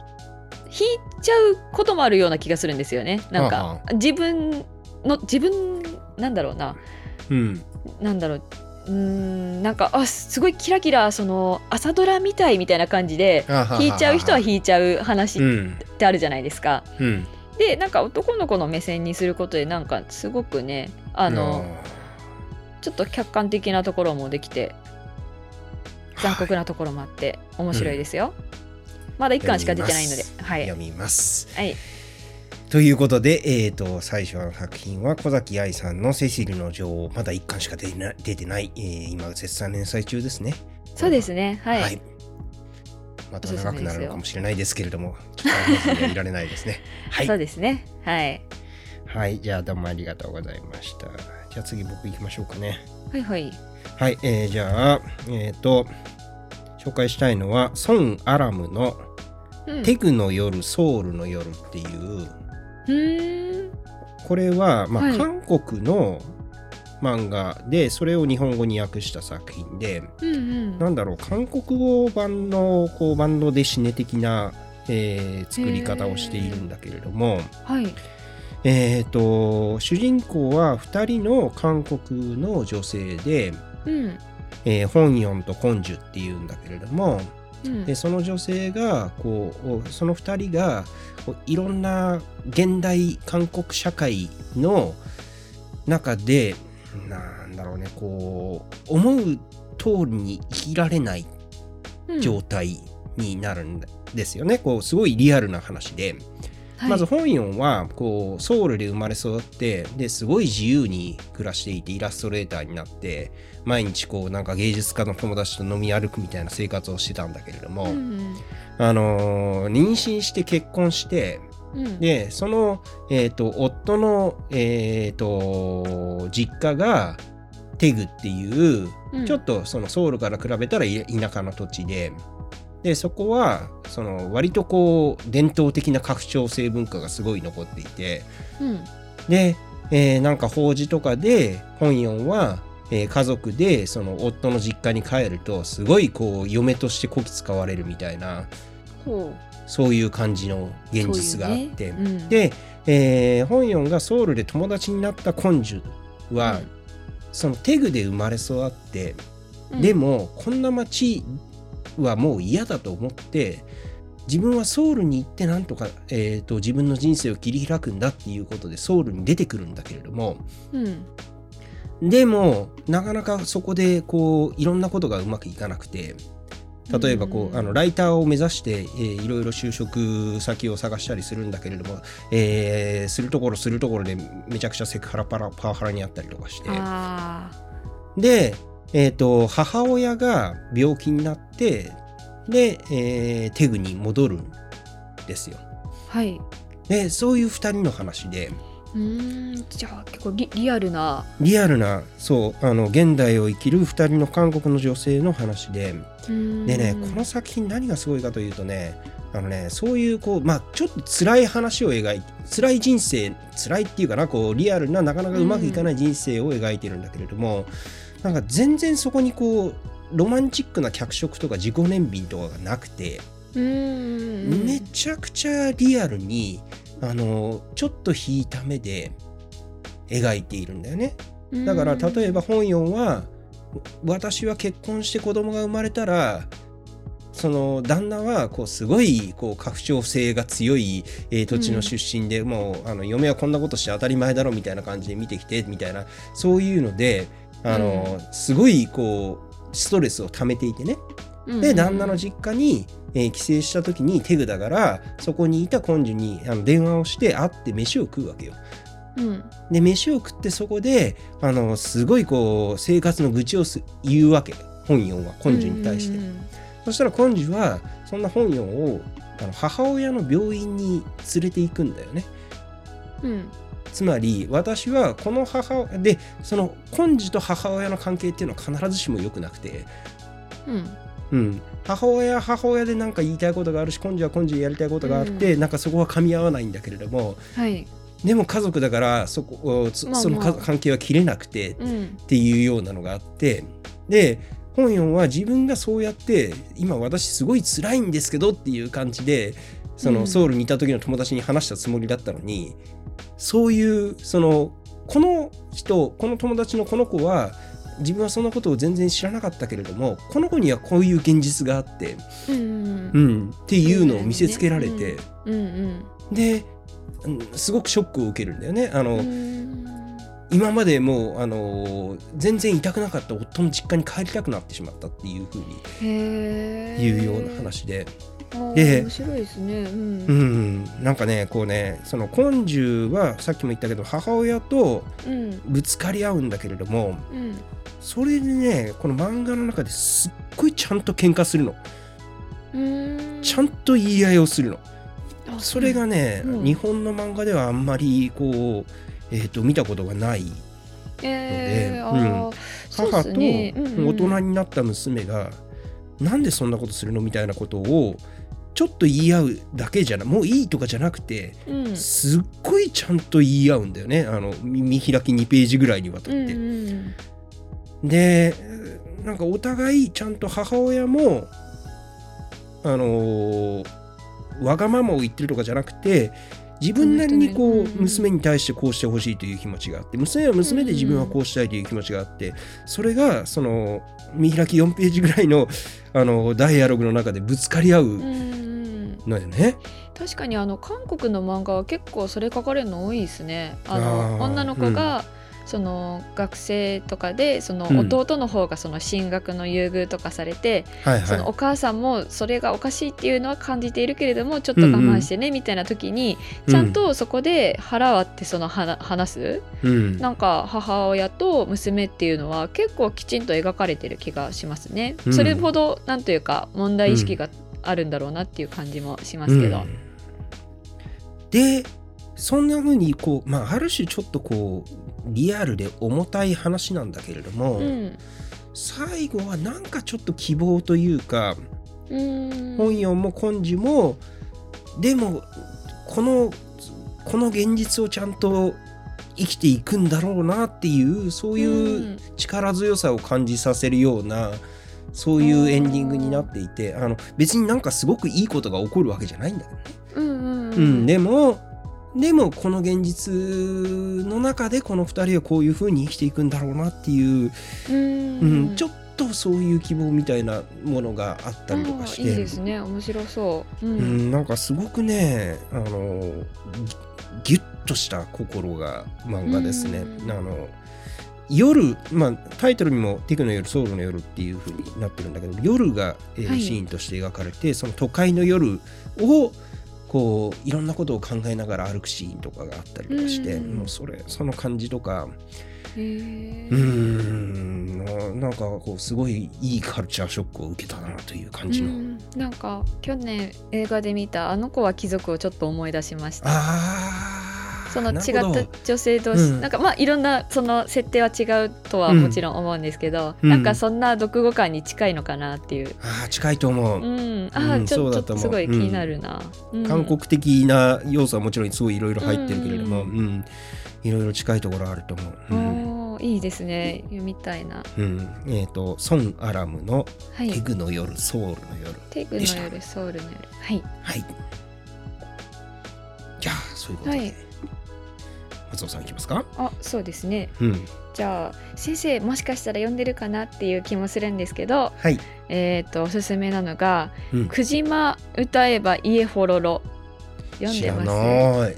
[SPEAKER 2] 引いちゃうこともあるような気がするんですよね。なん
[SPEAKER 1] はあ
[SPEAKER 2] か
[SPEAKER 1] は
[SPEAKER 2] 自分の自分なんだろうな
[SPEAKER 1] うん
[SPEAKER 2] なんだろううーんなんかあすごいキラキラその朝ドラみたいみたいな感じで引いちゃう人は引いちゃう話
[SPEAKER 1] う
[SPEAKER 2] っ
[SPEAKER 1] ん
[SPEAKER 2] てあるじゃないですか。
[SPEAKER 1] うん
[SPEAKER 2] でなんか男の子の目線にすることでなんかすごくねあのちょっと客観的なところもできて残酷なところもあって面白いですよ。まだ1巻しか出てないので
[SPEAKER 1] 読み、
[SPEAKER 2] はい、
[SPEAKER 1] 読みます。
[SPEAKER 2] はい
[SPEAKER 1] ということで、えー、と最初の作品は小崎愛さんの「セシルの女王」まだ一巻しか出てない出てない、えー今絶賛連載中ですね。
[SPEAKER 2] そうですね、はい、
[SPEAKER 1] また長くなるのかもしれないですけれど も、期待せずにはいられないですね。はい
[SPEAKER 2] そうですね、はい、
[SPEAKER 1] はい、じゃあどうもありがとうございました。じゃあ次僕行きましょうかね。
[SPEAKER 2] はいはい、
[SPEAKER 1] はい、えーじゃあ、えっ、と、紹介したいのは、ソン・アラムの
[SPEAKER 2] うん、
[SPEAKER 1] テグの夜、ソウルの夜っていう、
[SPEAKER 2] うーん、
[SPEAKER 1] これは、まあ、
[SPEAKER 2] はい
[SPEAKER 1] 韓国の漫画で、それを日本語に訳した作品で、
[SPEAKER 2] うんうん、
[SPEAKER 1] なんだろう、韓国語版の、こう、バンドでシネ的な、えー作り方をしているんだけれども、
[SPEAKER 2] はい、
[SPEAKER 1] えっ、と、主人公は2人の韓国の女性で、
[SPEAKER 2] うん、
[SPEAKER 1] えーホンヨンとコンジュっていうんだけれども、
[SPEAKER 2] うん
[SPEAKER 1] で、その女性がこうおその2人がこういろんな現代韓国社会の中でなんだろうねこう思う通りに生きられない
[SPEAKER 2] うん
[SPEAKER 1] 状態になるんですよね、こうすごいリアルな話で、まず、本ンはこうソウルで生まれ育ってですごい自由に暮らしていてイラストレーターになって毎日こうなんか芸術家の友達と飲み歩くみたいな生活をしてたんだけれども。
[SPEAKER 2] はいうん
[SPEAKER 1] あのー妊娠して結婚して
[SPEAKER 2] うんうん、
[SPEAKER 1] でその、えー、と夫の、えー、と実家がテグっていう、
[SPEAKER 2] うん
[SPEAKER 1] ちょっとそのソウルから比べたらい田舎の土地ででそこはその割とこう伝統的な拡張性文化がすごい残っていて
[SPEAKER 2] うん
[SPEAKER 1] で、えーなんか法事とかで本ンは、えー家族でその夫の実家に帰るとすごいこう嫁としてこき使われるみたいな。
[SPEAKER 2] ほ
[SPEAKER 1] そういう感じの
[SPEAKER 2] う
[SPEAKER 1] 現実があって。
[SPEAKER 2] そういうねうん
[SPEAKER 1] で、えー本ンがソウルで友達になったコンジュは、
[SPEAKER 2] うん
[SPEAKER 1] そのテグで生まれ育って、
[SPEAKER 2] うん
[SPEAKER 1] でもこんな街はもう嫌だと思って自分はソウルに行ってなんとか、えーと自分の人生を切り開くんだっていうことでソウルに出てくるんだけれども
[SPEAKER 2] うん
[SPEAKER 1] でもなかなかそこでこういろんなことがうまくいかなくて。例えばこう、
[SPEAKER 2] うん
[SPEAKER 1] あのライターを目指して、えーいろいろ就職先を探したりするんだけれども、えーするところするところでめちゃくちゃセクハラパラパワハラにあったりとかして
[SPEAKER 2] ああ
[SPEAKER 1] で、えー、と母親が病気になってで、えーテグに戻るんですよ
[SPEAKER 2] はい
[SPEAKER 1] でそういう2人の話で
[SPEAKER 2] うーんじゃあ結構リリアルな
[SPEAKER 1] リアルなそうあの現代を生きる2人の韓国の女性の話で。
[SPEAKER 2] うーん
[SPEAKER 1] でね、この作品何がすごいかというとね、あのね、そういうこう、まあ、ちょっと辛い話を描いて、辛い人生、辛いっていうかな、こう、リアルな、なかなかうまくいかない人生を描いてるんだけれども、なんか全然そこにこう、ロマンチックな脚色とか自己憐憫とかがなくて、
[SPEAKER 2] うーん
[SPEAKER 1] めちゃくちゃリアルに、あの、ちょっと引いた目で描いているんだよね。だから例えば本ンは私は結婚して子供が生まれたらその旦那はこうすごいこう拡張性が強い、えー土地の出身で、もうあの嫁はこんなことして当たり前だろみたいな感じで見てきてみたいなそういうのであの、すごいこうストレスを溜めていてね
[SPEAKER 2] うん
[SPEAKER 1] で旦那の実家に、えー帰省した時にテグだからそこにいた根性にあの電話をして会って飯を食うわけよ。
[SPEAKER 2] うん
[SPEAKER 1] で飯を食ってそこであのすごいこう生活の愚痴をす言うわけ本ンは根性に対して、
[SPEAKER 2] うんうん
[SPEAKER 1] そしたら根性はそんな本ンをあの母親の病院に連れて行くんだよね
[SPEAKER 2] うん
[SPEAKER 1] つまり私はこの母でその根性と母親の関係っていうのは必ずしも良くなくて
[SPEAKER 2] うん
[SPEAKER 1] うん、母親は母親で何か言いたいことがあるし根性は根性でやりたいことがあって、なんかそこは噛み合わないんだけれども
[SPEAKER 2] はい。
[SPEAKER 1] でも家族だからそこをつ
[SPEAKER 2] まあまあ
[SPEAKER 1] その家関係は切れなくてっ
[SPEAKER 2] うん。
[SPEAKER 1] ていうようなのがあってで本ンは自分がそうやって今私すごい辛いんですけどっていう感じでそうの
[SPEAKER 2] ん
[SPEAKER 1] ソウルにいた時の友達に話したつもりだったのに、そういうそのこの人この友達のこの子は自分はそんなことを全然知らなかったけれどもこの子にはこういう現実があって
[SPEAKER 2] うん。
[SPEAKER 1] うん、っていうのを見せつけられ
[SPEAKER 2] そうだよ
[SPEAKER 1] て、
[SPEAKER 2] うん。
[SPEAKER 1] で、うんすごくショックを受けるんだよねあの、
[SPEAKER 2] うん。
[SPEAKER 1] 今までもうあの全然痛くなかった夫の実家に帰りたくなってしまったっていうふうに
[SPEAKER 2] へえ。
[SPEAKER 1] 言うような。話で、で
[SPEAKER 2] で。面白いですね。う。
[SPEAKER 1] うんん、なんかねこうねその根性はさっきも言ったけど母親と
[SPEAKER 2] うん。
[SPEAKER 1] ぶつかり合うんだけれども
[SPEAKER 2] うん。
[SPEAKER 1] それでねこの漫画の中ですっごいちゃんと喧嘩するの
[SPEAKER 2] うん。
[SPEAKER 1] ちゃんと言い合いをするの。
[SPEAKER 2] あ
[SPEAKER 1] それが。ね、
[SPEAKER 2] うん
[SPEAKER 1] 日本の漫画ではあんまりこう、えー、と見たことがない
[SPEAKER 2] ええ。
[SPEAKER 1] のでうん
[SPEAKER 2] ああ。そう
[SPEAKER 1] 母
[SPEAKER 2] っ
[SPEAKER 1] と
[SPEAKER 2] す
[SPEAKER 1] 大
[SPEAKER 2] ねうんうん
[SPEAKER 1] 人になった娘が、なんでそんなことするのみたいなことをちょっと言い合うだけじゃなもういいとかじゃなくて
[SPEAKER 2] うん。
[SPEAKER 1] すっごいちゃんと言い合うんだよねあの見見開き2ページぐらいにわた
[SPEAKER 2] う
[SPEAKER 1] っ
[SPEAKER 2] ん
[SPEAKER 1] て。
[SPEAKER 2] うん。
[SPEAKER 1] でなんかお互いちゃんと母親もあのーわがままを言ってるとかじゃなくて自分なりにこう、
[SPEAKER 2] 本当にうん
[SPEAKER 1] 娘に対してこうしてほしいという気持ちがあって娘は娘で自分はこうしたいという気持ちがあってそれがその見開き4ページぐらいの、あのダイアログの中でぶつかり合う
[SPEAKER 2] うんうん。
[SPEAKER 1] のよね。
[SPEAKER 2] 確かにあの韓国の漫画は結構それ書かれるの多いですね。あ
[SPEAKER 1] あ
[SPEAKER 2] の
[SPEAKER 1] ー
[SPEAKER 2] 女の子が、その学生とかでその
[SPEAKER 1] うん
[SPEAKER 2] 弟の方がその進学の優遇とかされて、
[SPEAKER 1] はい
[SPEAKER 2] その
[SPEAKER 1] は
[SPEAKER 2] お母さんもそれがおかしいっていうのは感じているけれどもちょっと我慢してね、みたいな時に
[SPEAKER 1] い、
[SPEAKER 2] ちゃんとそこで腹割ってそのはな話す、
[SPEAKER 1] うん、うん
[SPEAKER 2] なんか母親と娘っていうのは結構きちんと描かれてる気がしますね。
[SPEAKER 1] うん
[SPEAKER 2] それほどなんというか問題意識があるんだろうなっていう感じもしますけど。
[SPEAKER 1] うんでそんな風にこう、まあ、ある種ちょっとこうリアルで重たい話なんだけれども、
[SPEAKER 2] うん
[SPEAKER 1] 最後はなんかちょっと希望というか
[SPEAKER 2] 本
[SPEAKER 1] 本読も根治もでもこのこの現実をちゃんと生きていくんだろうなっていうそういう力強さを感じさせるようなそういうエンディングになっていてあの別になんかすごくいいことが起こるわけじゃないんだけどね。
[SPEAKER 2] うんうん
[SPEAKER 1] う、
[SPEAKER 2] うんん
[SPEAKER 1] でもでもこの現実の中でこの2人はこういう風に生きていくんだろうなっていう、
[SPEAKER 2] うん
[SPEAKER 1] うんちょ
[SPEAKER 2] っ
[SPEAKER 1] っとそういう希望みたいなものがあったりとかして
[SPEAKER 2] いいですね面白そう、う
[SPEAKER 1] うんん、なんかすごくねあのぎぎゅっとした心が漫画ですね。
[SPEAKER 2] うん
[SPEAKER 1] あの夜、まあ、タイトルにも「テクの夜ソウルの夜」っていう風になってるんだけど夜が、えー
[SPEAKER 2] はい
[SPEAKER 1] シーンとして描かれてその都会の夜をこういろんなことを考えながら歩くシーンとかがあったりとかして、
[SPEAKER 2] うん
[SPEAKER 1] もうそれその感じとか
[SPEAKER 2] へえ
[SPEAKER 1] うーんななんかこうすごいいいカルチャーショックを受けたなという感じの、
[SPEAKER 2] うんなんか去年映画で見た「あの子は貴族」をちょっと思い出しました
[SPEAKER 1] あー
[SPEAKER 2] その違
[SPEAKER 1] な
[SPEAKER 2] っ
[SPEAKER 1] るほど
[SPEAKER 2] た女性同士、
[SPEAKER 1] うん
[SPEAKER 2] なんかまあいろんなその設定は違うとはもちろん思うんですけど、
[SPEAKER 1] うん
[SPEAKER 2] なんかそんな読語感に近いのかなっていう、
[SPEAKER 1] ああ近いと思う、
[SPEAKER 2] うん、ああ、
[SPEAKER 1] うん
[SPEAKER 2] ち
[SPEAKER 1] そ
[SPEAKER 2] ょ
[SPEAKER 1] う
[SPEAKER 2] っ
[SPEAKER 1] だ
[SPEAKER 2] と
[SPEAKER 1] と思う
[SPEAKER 2] すごい気になるな、うん
[SPEAKER 1] 韓国的な要素はもちろんすごいいろいろ入ってるけれども、う
[SPEAKER 2] うんん
[SPEAKER 1] いろいろ近いところあると思う、うん
[SPEAKER 2] おーいいですね読みたいな
[SPEAKER 1] うんえっ、とソン・アラムの
[SPEAKER 2] は
[SPEAKER 1] 「
[SPEAKER 2] い
[SPEAKER 1] テグの夜ソウルの夜
[SPEAKER 2] テグの夜ソウルの夜はい」
[SPEAKER 1] はいじゃあそういうことで、
[SPEAKER 2] はい
[SPEAKER 1] 松尾さんいきますか
[SPEAKER 2] あそうですね
[SPEAKER 1] うん
[SPEAKER 2] じゃあ先生もしかしたら読んでるかなっていう気もするんですけど
[SPEAKER 1] はい、
[SPEAKER 2] えっ、とおすすめなのが
[SPEAKER 1] うん
[SPEAKER 2] 「くじま歌えば家ほろろ」読ん
[SPEAKER 1] 知
[SPEAKER 2] で
[SPEAKER 1] ら
[SPEAKER 2] ます
[SPEAKER 1] ない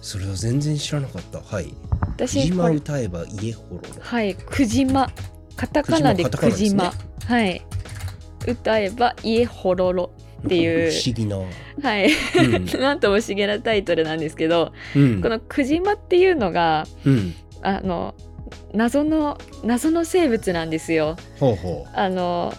[SPEAKER 1] それは全然知らなかったはい
[SPEAKER 2] 私
[SPEAKER 1] 今
[SPEAKER 2] これ
[SPEAKER 1] 歌えば家ほろろ
[SPEAKER 2] はい「くじま」カタカナで「
[SPEAKER 1] くじまカタカ
[SPEAKER 2] く
[SPEAKER 1] ナです
[SPEAKER 2] じ
[SPEAKER 1] ね
[SPEAKER 2] ま」はい歌えば家ほろろっていう
[SPEAKER 1] 不思議 な、う
[SPEAKER 2] はい
[SPEAKER 1] ん
[SPEAKER 2] なんとも不思議なタイトルなんですけど
[SPEAKER 1] うん
[SPEAKER 2] この「くじま」っていうのが
[SPEAKER 1] うん、
[SPEAKER 2] あの謎の謎の生物なんですよ。
[SPEAKER 1] ほうほう
[SPEAKER 2] あの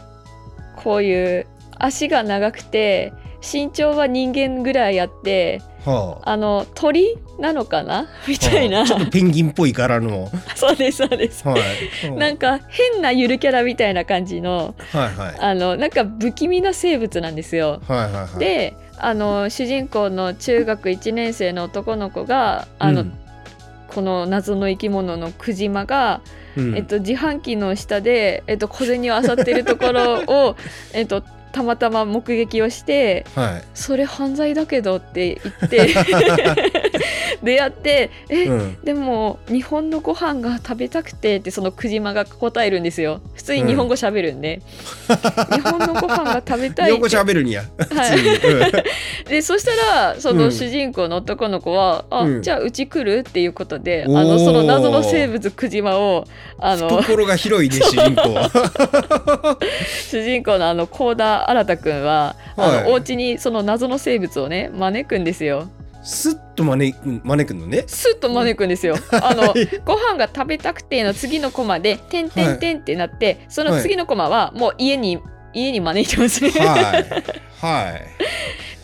[SPEAKER 2] こういう足が長くて身長は人間ぐらいあって
[SPEAKER 1] はあ
[SPEAKER 2] あの鳥なのかな みたいな、
[SPEAKER 1] はあちょっとペンギンっぽい柄の
[SPEAKER 2] そうですそうです、
[SPEAKER 1] はい
[SPEAKER 2] なんか変なゆるキャラみたいな感じの
[SPEAKER 1] はいはい
[SPEAKER 2] あのなんか不気味な生物なんですよ。
[SPEAKER 1] はいはいはい
[SPEAKER 2] であの主人公の中学1年生の男の子があの、
[SPEAKER 1] うん
[SPEAKER 2] この謎の生き物のクジマが、
[SPEAKER 1] うん
[SPEAKER 2] えっと、自販機の下で、えっと、小銭を漁ってるところ を、 えっと、たまたま目撃をして
[SPEAKER 1] はい
[SPEAKER 2] 「それ犯罪だけど」って言って 出会って「え、
[SPEAKER 1] うん
[SPEAKER 2] でも日本のご飯が食べたくてってそのクジマが答えるんですよ普通に日本語喋るんで、日本のご飯が食べたい
[SPEAKER 1] よ
[SPEAKER 2] っ
[SPEAKER 1] く
[SPEAKER 2] て
[SPEAKER 1] 喋るにや
[SPEAKER 2] は
[SPEAKER 1] 普通にうん
[SPEAKER 2] でそしたらそうの
[SPEAKER 1] ん
[SPEAKER 2] 主人公の男の子は「あ
[SPEAKER 1] うん
[SPEAKER 2] じゃあうち来る?」っていうことで、
[SPEAKER 1] おー
[SPEAKER 2] あのその謎の生物クジマを あの
[SPEAKER 1] 懐が広いね主人公は
[SPEAKER 2] 主人公のあの幸田新君は、
[SPEAKER 1] はい
[SPEAKER 2] あのお家にその謎の生物をね招くんですよ
[SPEAKER 1] すっと招く招くのね
[SPEAKER 2] スッと招くんですよ。あの
[SPEAKER 1] い
[SPEAKER 2] ご飯が食べたくての次のコマで「てんてんてん」ってなって、その次のコマはもう家に家に招いてますね。
[SPEAKER 1] はいはい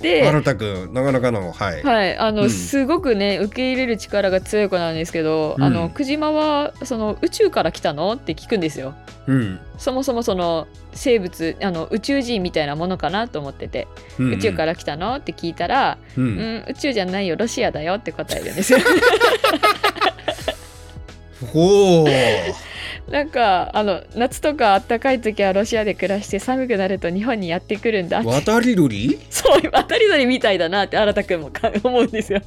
[SPEAKER 2] で
[SPEAKER 1] 新田君なかなかのはい
[SPEAKER 2] はい、あの、
[SPEAKER 1] うん
[SPEAKER 2] すごくね受け入れる力が強い子なんですけど、
[SPEAKER 1] うん
[SPEAKER 2] あのクジマはその宇宙から来たのって聞くんですよ
[SPEAKER 1] うん
[SPEAKER 2] そもそもその生物あの宇宙人みたいなものかなと思ってて、宇宙からら来たのって聞いたら、
[SPEAKER 1] う
[SPEAKER 2] うん
[SPEAKER 1] ん
[SPEAKER 2] 宇宙じゃないよロシアだよって答えるんですよ
[SPEAKER 1] おお
[SPEAKER 2] なんかあの夏とかあったかい時はロシアで暮らして寒くなると日本にやってくるんだって
[SPEAKER 1] 渡り 鳥
[SPEAKER 2] そう当たり鳥みたいだなって新田君もか思うんですよ。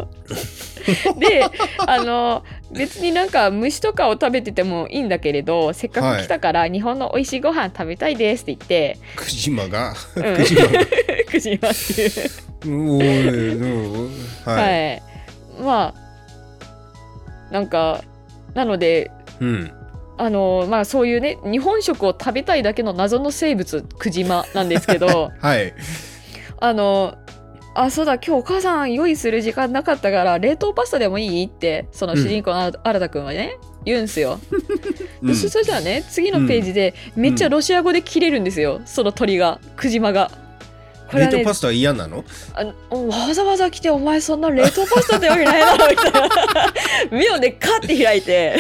[SPEAKER 2] であの別になんか虫とかを食べててもいいんだけれどせっかく来たから日本の美味しいご飯食べたいですって言って、
[SPEAKER 1] クジマが
[SPEAKER 2] うん
[SPEAKER 1] クジマが
[SPEAKER 2] くじまっていう。
[SPEAKER 1] おいうんはい
[SPEAKER 2] はい、まあなんかなので
[SPEAKER 1] うん
[SPEAKER 2] あのまあそういうね日本食を食べたいだけの謎の生物クジマなんですけ ど。
[SPEAKER 1] はい
[SPEAKER 2] あの、あ、そうだ、今日お母さん用意する時間なかったから、冷凍パスタでもいいって、その主人公のあ新田くんはね、言うんすよ。
[SPEAKER 1] うん
[SPEAKER 2] でそそしたらね、次のページで、めっちゃロシア語で切れるんですよ、その鳥が、クジマが。こ
[SPEAKER 1] 冷
[SPEAKER 2] れは
[SPEAKER 1] 凍
[SPEAKER 2] ね
[SPEAKER 1] パスタは嫌なの
[SPEAKER 2] あのわざわざ来て、お前そんな冷凍パスタってわけないだろ、みたいな。目をね、カッて開いて。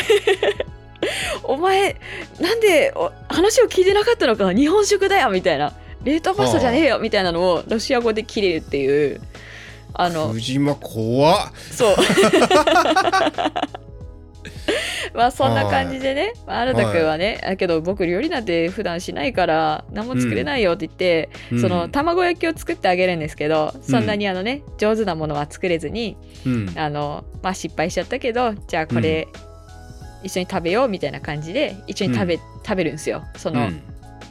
[SPEAKER 2] お前なんでお話を聞いてなかったのか日本食だよみたいな冷凍パスタじゃねえよみたいなのをロシア語で切れるっていうあの
[SPEAKER 1] クジマ怖っ
[SPEAKER 2] そう。まあそんな感じでね、まあ新田君はね、だけど僕料理なんて普段しないから何も作れないよって言って、
[SPEAKER 1] うん
[SPEAKER 2] その卵焼きを作ってあげるんですけど、そんなにあのね上手なものは作れずに、
[SPEAKER 1] うん
[SPEAKER 2] あのまあ失敗しちゃったけどじゃあこれ、一緒に食べようみたいな感じで一緒に食べ,、食べるんですよそうの
[SPEAKER 1] ん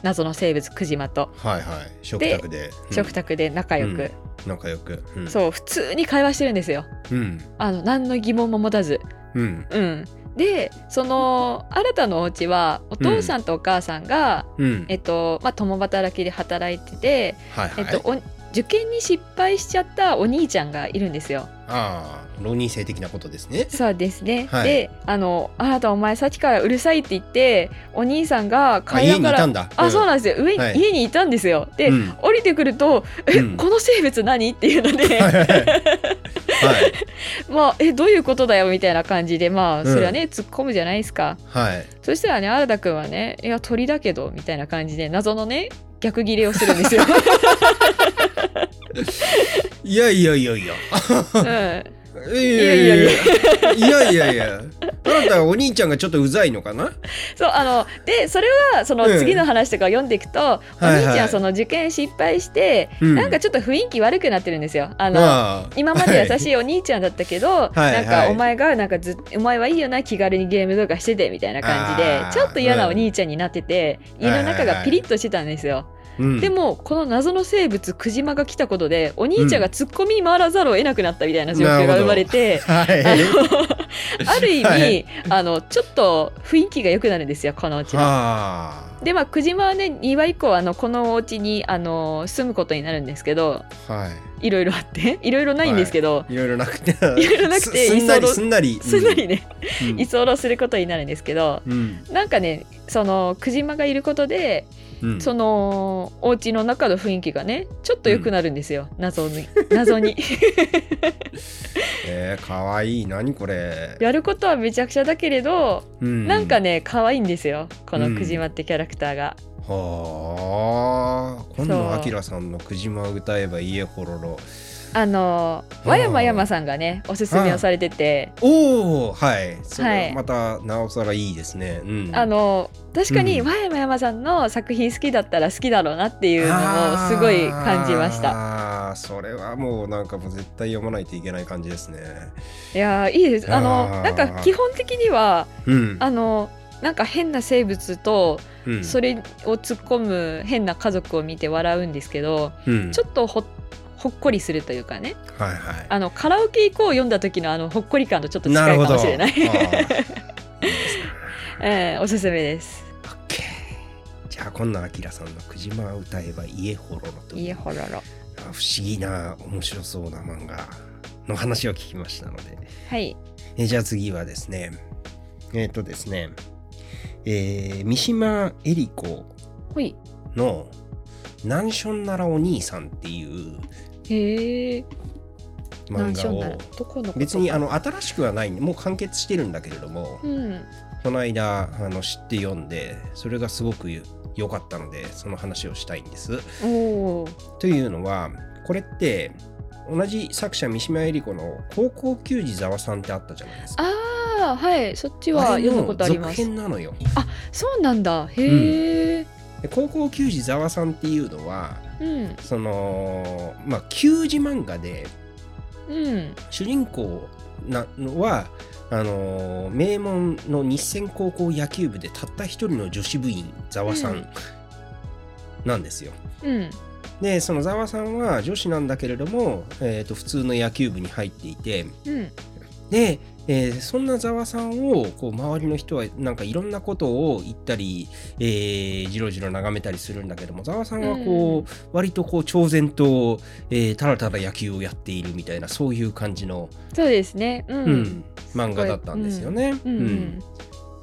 [SPEAKER 2] 謎の生物クジマと
[SPEAKER 1] はいはい食卓でうん
[SPEAKER 2] 食卓で仲良く、
[SPEAKER 1] 仲良くうん
[SPEAKER 2] そう普通に会話してるんですよ
[SPEAKER 1] うん
[SPEAKER 2] あの何の疑問も持たず
[SPEAKER 1] うん
[SPEAKER 2] うん、でその新たなお家はお父さんとお母さんが、
[SPEAKER 1] うん
[SPEAKER 2] えっとまあ、共働きで働いてて、
[SPEAKER 1] はいはい
[SPEAKER 2] えっと、お受験に失敗しちゃったお兄ちゃんがいるんですよ。
[SPEAKER 1] ああ浪人性的なことですね
[SPEAKER 2] そうですね、
[SPEAKER 1] はい
[SPEAKER 2] であの「あなたお前さっきからうるさい」って言ってお兄さんが
[SPEAKER 1] あ
[SPEAKER 2] 階
[SPEAKER 1] 家
[SPEAKER 2] 段
[SPEAKER 1] にい
[SPEAKER 2] から
[SPEAKER 1] たんだ
[SPEAKER 2] あそうなんですよ上に、
[SPEAKER 1] はい
[SPEAKER 2] 家にいたんですよ。で、
[SPEAKER 1] うん
[SPEAKER 2] 降りてくると「え、
[SPEAKER 1] うん
[SPEAKER 2] この生物何?」っていうので
[SPEAKER 1] はいはいはいはい
[SPEAKER 2] まあえどういうことだよみたいな感じでまあ
[SPEAKER 1] うん
[SPEAKER 2] それはね、突っ込むじゃないですか。
[SPEAKER 1] はい
[SPEAKER 2] そしたらね新田くんはね「いや鳥だけど」みたいな感じで謎のね逆ギレをする んですよ。
[SPEAKER 1] いやいやいやいや
[SPEAKER 2] うん、あ
[SPEAKER 1] いやいやいやいやいやいやあなたお兄ちゃんがちょっとうざいのかな
[SPEAKER 2] そうあのでそれはその
[SPEAKER 1] うん
[SPEAKER 2] 次の話とか読んでいくと、お
[SPEAKER 1] はい
[SPEAKER 2] 兄ちゃんその受験失敗して、なんかちょっと雰囲気悪くなってるんですよ。あの
[SPEAKER 1] ああ
[SPEAKER 2] 今まで優しいお兄ちゃんだったけど、
[SPEAKER 1] はい
[SPEAKER 2] なん
[SPEAKER 1] はい
[SPEAKER 2] かお前がなんかずお前はいいよな気軽にゲームとかしててみたいな感じで
[SPEAKER 1] あー
[SPEAKER 2] ちょっと嫌なお兄ちゃんになってて、
[SPEAKER 1] うん
[SPEAKER 2] 家の中がピリッとしてたんですよ。
[SPEAKER 1] うん
[SPEAKER 2] でもこの謎の生物クジマが来たことでお兄ちゃんがツッコミに回らざるを得なくなったみたいな状況が生まれて、
[SPEAKER 1] は
[SPEAKER 2] あ
[SPEAKER 1] い
[SPEAKER 2] のある意味、
[SPEAKER 1] はい
[SPEAKER 2] あのちょっと雰囲気が良くなるんですよこのうちの。
[SPEAKER 1] は
[SPEAKER 2] でまあクジマはね2話以降あのこのお家にあの住むことになるんですけど
[SPEAKER 1] あはい
[SPEAKER 2] いろいろあって、 いろいろないんですけど、
[SPEAKER 1] いろいろなくて。い
[SPEAKER 2] いろいろなく
[SPEAKER 1] す
[SPEAKER 2] て
[SPEAKER 1] すんな
[SPEAKER 2] 居
[SPEAKER 1] り
[SPEAKER 2] 候
[SPEAKER 1] すんなり。
[SPEAKER 2] すんなりね、
[SPEAKER 1] うん。
[SPEAKER 2] 居候することになるんですけど、
[SPEAKER 1] うん。
[SPEAKER 2] なんかね、そのクジマがいることで、
[SPEAKER 1] うん。
[SPEAKER 2] そのお家の中の雰囲気がね、ちょっと良くなるんですよ。謎に、謎に。
[SPEAKER 1] えー、かわいい。何これ。
[SPEAKER 2] やることはめちゃくちゃだけれど、
[SPEAKER 1] うん
[SPEAKER 2] なんか。ね、可愛いんですよ。このクジマってキャラクターが。
[SPEAKER 1] はあ。今
[SPEAKER 2] そう
[SPEAKER 1] 度、あきらさんのくじまを歌えば家ほろろ。
[SPEAKER 2] あの
[SPEAKER 1] あ
[SPEAKER 2] 和山山さんがね、おすすめをされてて、
[SPEAKER 1] おお、はい。それは
[SPEAKER 2] はい
[SPEAKER 1] また、なおさらいいですね。うん。
[SPEAKER 2] あの確かに
[SPEAKER 1] うん
[SPEAKER 2] 和山山さんの作品好きだったら好きだろうなっていうのをすごい感じました。
[SPEAKER 1] た。あーそれはもうなんかもう絶対読まないといけない感じですね。
[SPEAKER 2] いやーいいです。あの
[SPEAKER 1] あー
[SPEAKER 2] なんか基本的には
[SPEAKER 1] うん。
[SPEAKER 2] あのなんか変な生物と
[SPEAKER 1] うん、
[SPEAKER 2] それを突っ込む変な家族を見て笑うんですけど、
[SPEAKER 1] うん、
[SPEAKER 2] ちょっとほほっこりするというかね。
[SPEAKER 1] はいはい。
[SPEAKER 2] あのカラオケ以降読んだ時のあのほっこり感とちょっと
[SPEAKER 1] な
[SPEAKER 2] 近
[SPEAKER 1] る
[SPEAKER 2] い
[SPEAKER 1] ほ
[SPEAKER 2] か
[SPEAKER 1] ど。
[SPEAKER 2] もしれない。
[SPEAKER 1] あーいいですね
[SPEAKER 2] えーおすすめです。
[SPEAKER 1] オッケーじゃあ今度はあきらさんの「くじま」を歌えば「家ほろろ」とい
[SPEAKER 2] 家
[SPEAKER 1] う
[SPEAKER 2] ほろろ。
[SPEAKER 1] あ不思議な面白そうな漫画の話を聞きましたので
[SPEAKER 2] はい。
[SPEAKER 1] えじゃあ次はですねえっ、とですねえー三島恵里子
[SPEAKER 2] ほい。
[SPEAKER 1] の「難所ならお兄さん」っていう
[SPEAKER 2] へえ。
[SPEAKER 1] 漫
[SPEAKER 2] 何し
[SPEAKER 1] 画
[SPEAKER 2] ようなら
[SPEAKER 1] を
[SPEAKER 2] どこのこと
[SPEAKER 1] 別にあの新しくはないもう完結してるんだけれども、
[SPEAKER 2] うん。
[SPEAKER 1] この間あの知って読んでそれがすごく良かったのでその話をしたいんです。
[SPEAKER 2] おお。
[SPEAKER 1] というのはこれって同じ作者三島恵里子の「高校球児ざわさん」ってあったじゃないですか。
[SPEAKER 2] ああ、はい。そっちは
[SPEAKER 1] あれ
[SPEAKER 2] 読
[SPEAKER 1] の
[SPEAKER 2] んだことありま
[SPEAKER 1] 続
[SPEAKER 2] す。
[SPEAKER 1] 編なのよ。
[SPEAKER 2] そうなんだ。へえ。
[SPEAKER 1] で高校球児ざわさんっていうのは
[SPEAKER 2] うん。
[SPEAKER 1] そのまあ球児漫画で
[SPEAKER 2] うん。
[SPEAKER 1] 主人公なのはあの名門の日専高校野球部でたった一人の女子部員ざわさ
[SPEAKER 2] うんん
[SPEAKER 1] なんですよ。
[SPEAKER 2] うん。
[SPEAKER 1] でそのざわさんは女子なんだけれども、えー、と普通の野球部に入っていて
[SPEAKER 2] うん。
[SPEAKER 1] で、えーそんなざわさんをこう周りの人はなんかいろんなことを言ったり、えー、じろじろ眺めたりするんだけどもざわさんはこう、割とこう超然と、えーただただ野球をやっているみたいなそういう感じの、
[SPEAKER 2] そうですね。うん。
[SPEAKER 1] うん漫画だったんですよね。
[SPEAKER 2] うん。うん。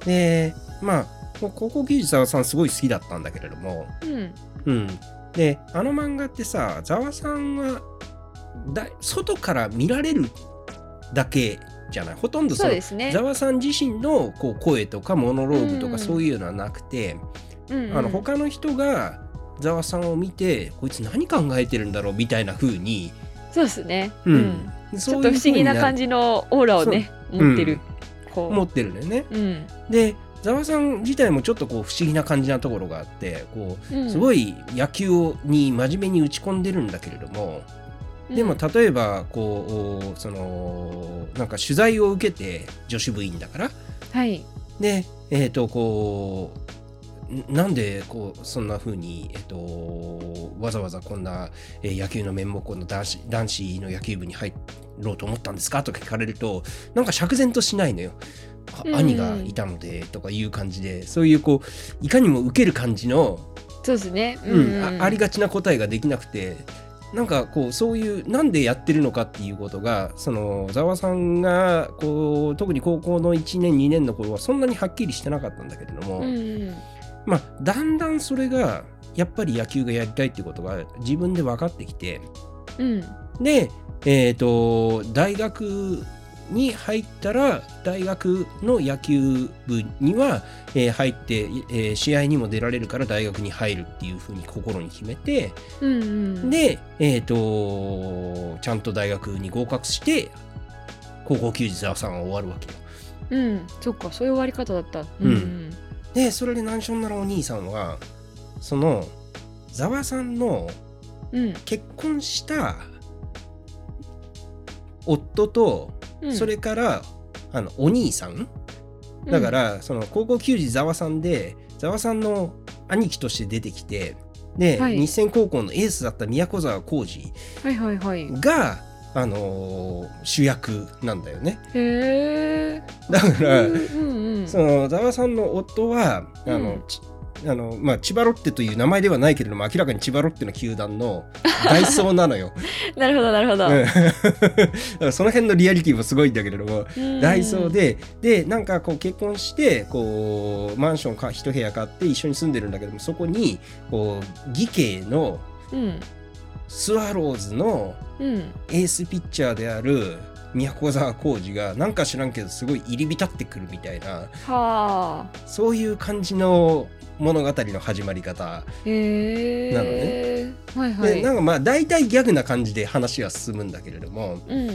[SPEAKER 1] でまあこう高校球児ざわさんすごい好きだったんだけれども、
[SPEAKER 2] うん。
[SPEAKER 1] うん、であの漫画ってさざわさんはだ外から見られるだけじゃないほとんどそ
[SPEAKER 2] そう
[SPEAKER 1] の
[SPEAKER 2] ですね
[SPEAKER 1] ざ。わさん自身のこう声とかモノローグと
[SPEAKER 2] う
[SPEAKER 1] か
[SPEAKER 2] ん
[SPEAKER 1] そういうのはなくて、
[SPEAKER 2] うんうん
[SPEAKER 1] あの他の人がざわさんを見てこいつ何考えてるんだろうみたいな風に、
[SPEAKER 2] そうですね。
[SPEAKER 1] うん
[SPEAKER 2] うん。ちょっと不思議な感
[SPEAKER 1] じ
[SPEAKER 2] じのオーラをね、
[SPEAKER 1] う
[SPEAKER 2] 持ってる。こう。
[SPEAKER 1] 持ってるんだよね。
[SPEAKER 2] うん。
[SPEAKER 1] でざわさん自体もちょっとこう不思議な感じなところがあってこう
[SPEAKER 2] うん
[SPEAKER 1] すごい野球をに真面目に打ち込んでるんだけれども、でも例えばこうおそのなんか取材を受けて女子部員だから
[SPEAKER 2] はい。
[SPEAKER 1] でえっ、とこうんなんでこうそんな風にえっ、とわざわざこんな、えー野球の面目をの男子男子の野球部に入ろうと思ったんですかとか聞かれるとなんか釈然としないのよ。あ
[SPEAKER 2] うん
[SPEAKER 1] 兄がいたのでとかいう感じでそういうこういかにも受ける感じの
[SPEAKER 2] そうですね。
[SPEAKER 1] うん、あありがちな答えができなくてなんかこうそういうなんでやってるのかっていうことがそのざわさんがこう特に高校の1年2年の頃はそんなにはっきりしてなかったんだけれども、
[SPEAKER 2] うん。
[SPEAKER 1] まあだんだんそれがやっぱり野球がやりたいってことが自分で分かってきて
[SPEAKER 2] うん。
[SPEAKER 1] でえっ、と大学に入ったら大学の野球部には、えー入って、えー試合にも出られるから大学に入るっていうふうに心に決めて、
[SPEAKER 2] うんうん。
[SPEAKER 1] で、えっ、と、ちゃんと大学に合格して、高校球児沢さんは終わるわけよ。
[SPEAKER 2] うん、そっか、そういう終わり方だった。
[SPEAKER 1] うんで、それで難所ならお兄さんは、その、沢さんの
[SPEAKER 2] うん、うん
[SPEAKER 1] 結婚した夫と、
[SPEAKER 2] うん、
[SPEAKER 1] それから、あの、お兄さん
[SPEAKER 2] うん
[SPEAKER 1] だか、ら、その高校球児ざわさんでざわさんの兄貴として出てきてで、
[SPEAKER 2] はい
[SPEAKER 1] 日専高校のエースだった宮古沢浩二
[SPEAKER 2] はいはいはい。へ
[SPEAKER 1] が、あのー主役なんだよね
[SPEAKER 2] え。
[SPEAKER 1] だから、
[SPEAKER 2] うんうんうん。
[SPEAKER 1] そのざわさんの夫はあの、
[SPEAKER 2] うん
[SPEAKER 1] ちあの、まあ、千葉ロッテという名前ではないけれども、明らかに千葉ロッテの球団の ダイソーなの よ。
[SPEAKER 2] なるほどなるほど。
[SPEAKER 1] うんだから その辺のリアリティもすごいんだけれども、
[SPEAKER 2] うん
[SPEAKER 1] ダイソー。で、で、なんかこう結婚して、こう、マンションか一部屋買って一緒に住んでるんだけども、そこに、こう、義兄の
[SPEAKER 2] うん
[SPEAKER 1] スワローズの
[SPEAKER 2] うん。
[SPEAKER 1] エースピッチャーである宮古沢浩二が、なんか知らんけど、すごい入り浸ってくるみたいな、
[SPEAKER 2] はあ。
[SPEAKER 1] そういう感じの物語の始まり方。
[SPEAKER 2] へえ。
[SPEAKER 1] なの
[SPEAKER 2] ね。はいは。
[SPEAKER 1] で、ないんかまあ、大体ギャグな感じで話は進むんだけれども、
[SPEAKER 2] うん。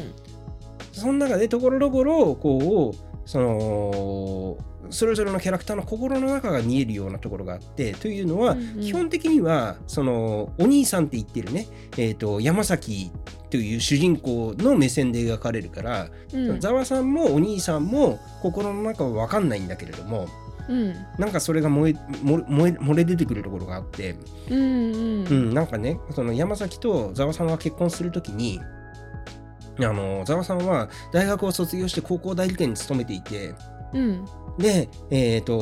[SPEAKER 1] その中でところどころこうそのそれぞれのキャラクターの心の中が見えるようなところがあってというのは、
[SPEAKER 2] うんうん
[SPEAKER 1] 基本的にはそのお兄さんって言ってるね、えー、と山崎という主人公の目線で描かれるから
[SPEAKER 2] うん
[SPEAKER 1] ざわ、さんもお兄さんも心の中は分かんないんだけれども
[SPEAKER 2] うん
[SPEAKER 1] なんかそれが燃え漏れ燃え漏れ出てくるところがあって、
[SPEAKER 2] うんう。
[SPEAKER 1] うんん、なんかねその山崎とざわさんが結婚するときにあのざわさんは大学を卒業して高校代理店に勤めていて
[SPEAKER 2] うん。
[SPEAKER 1] で、えー、と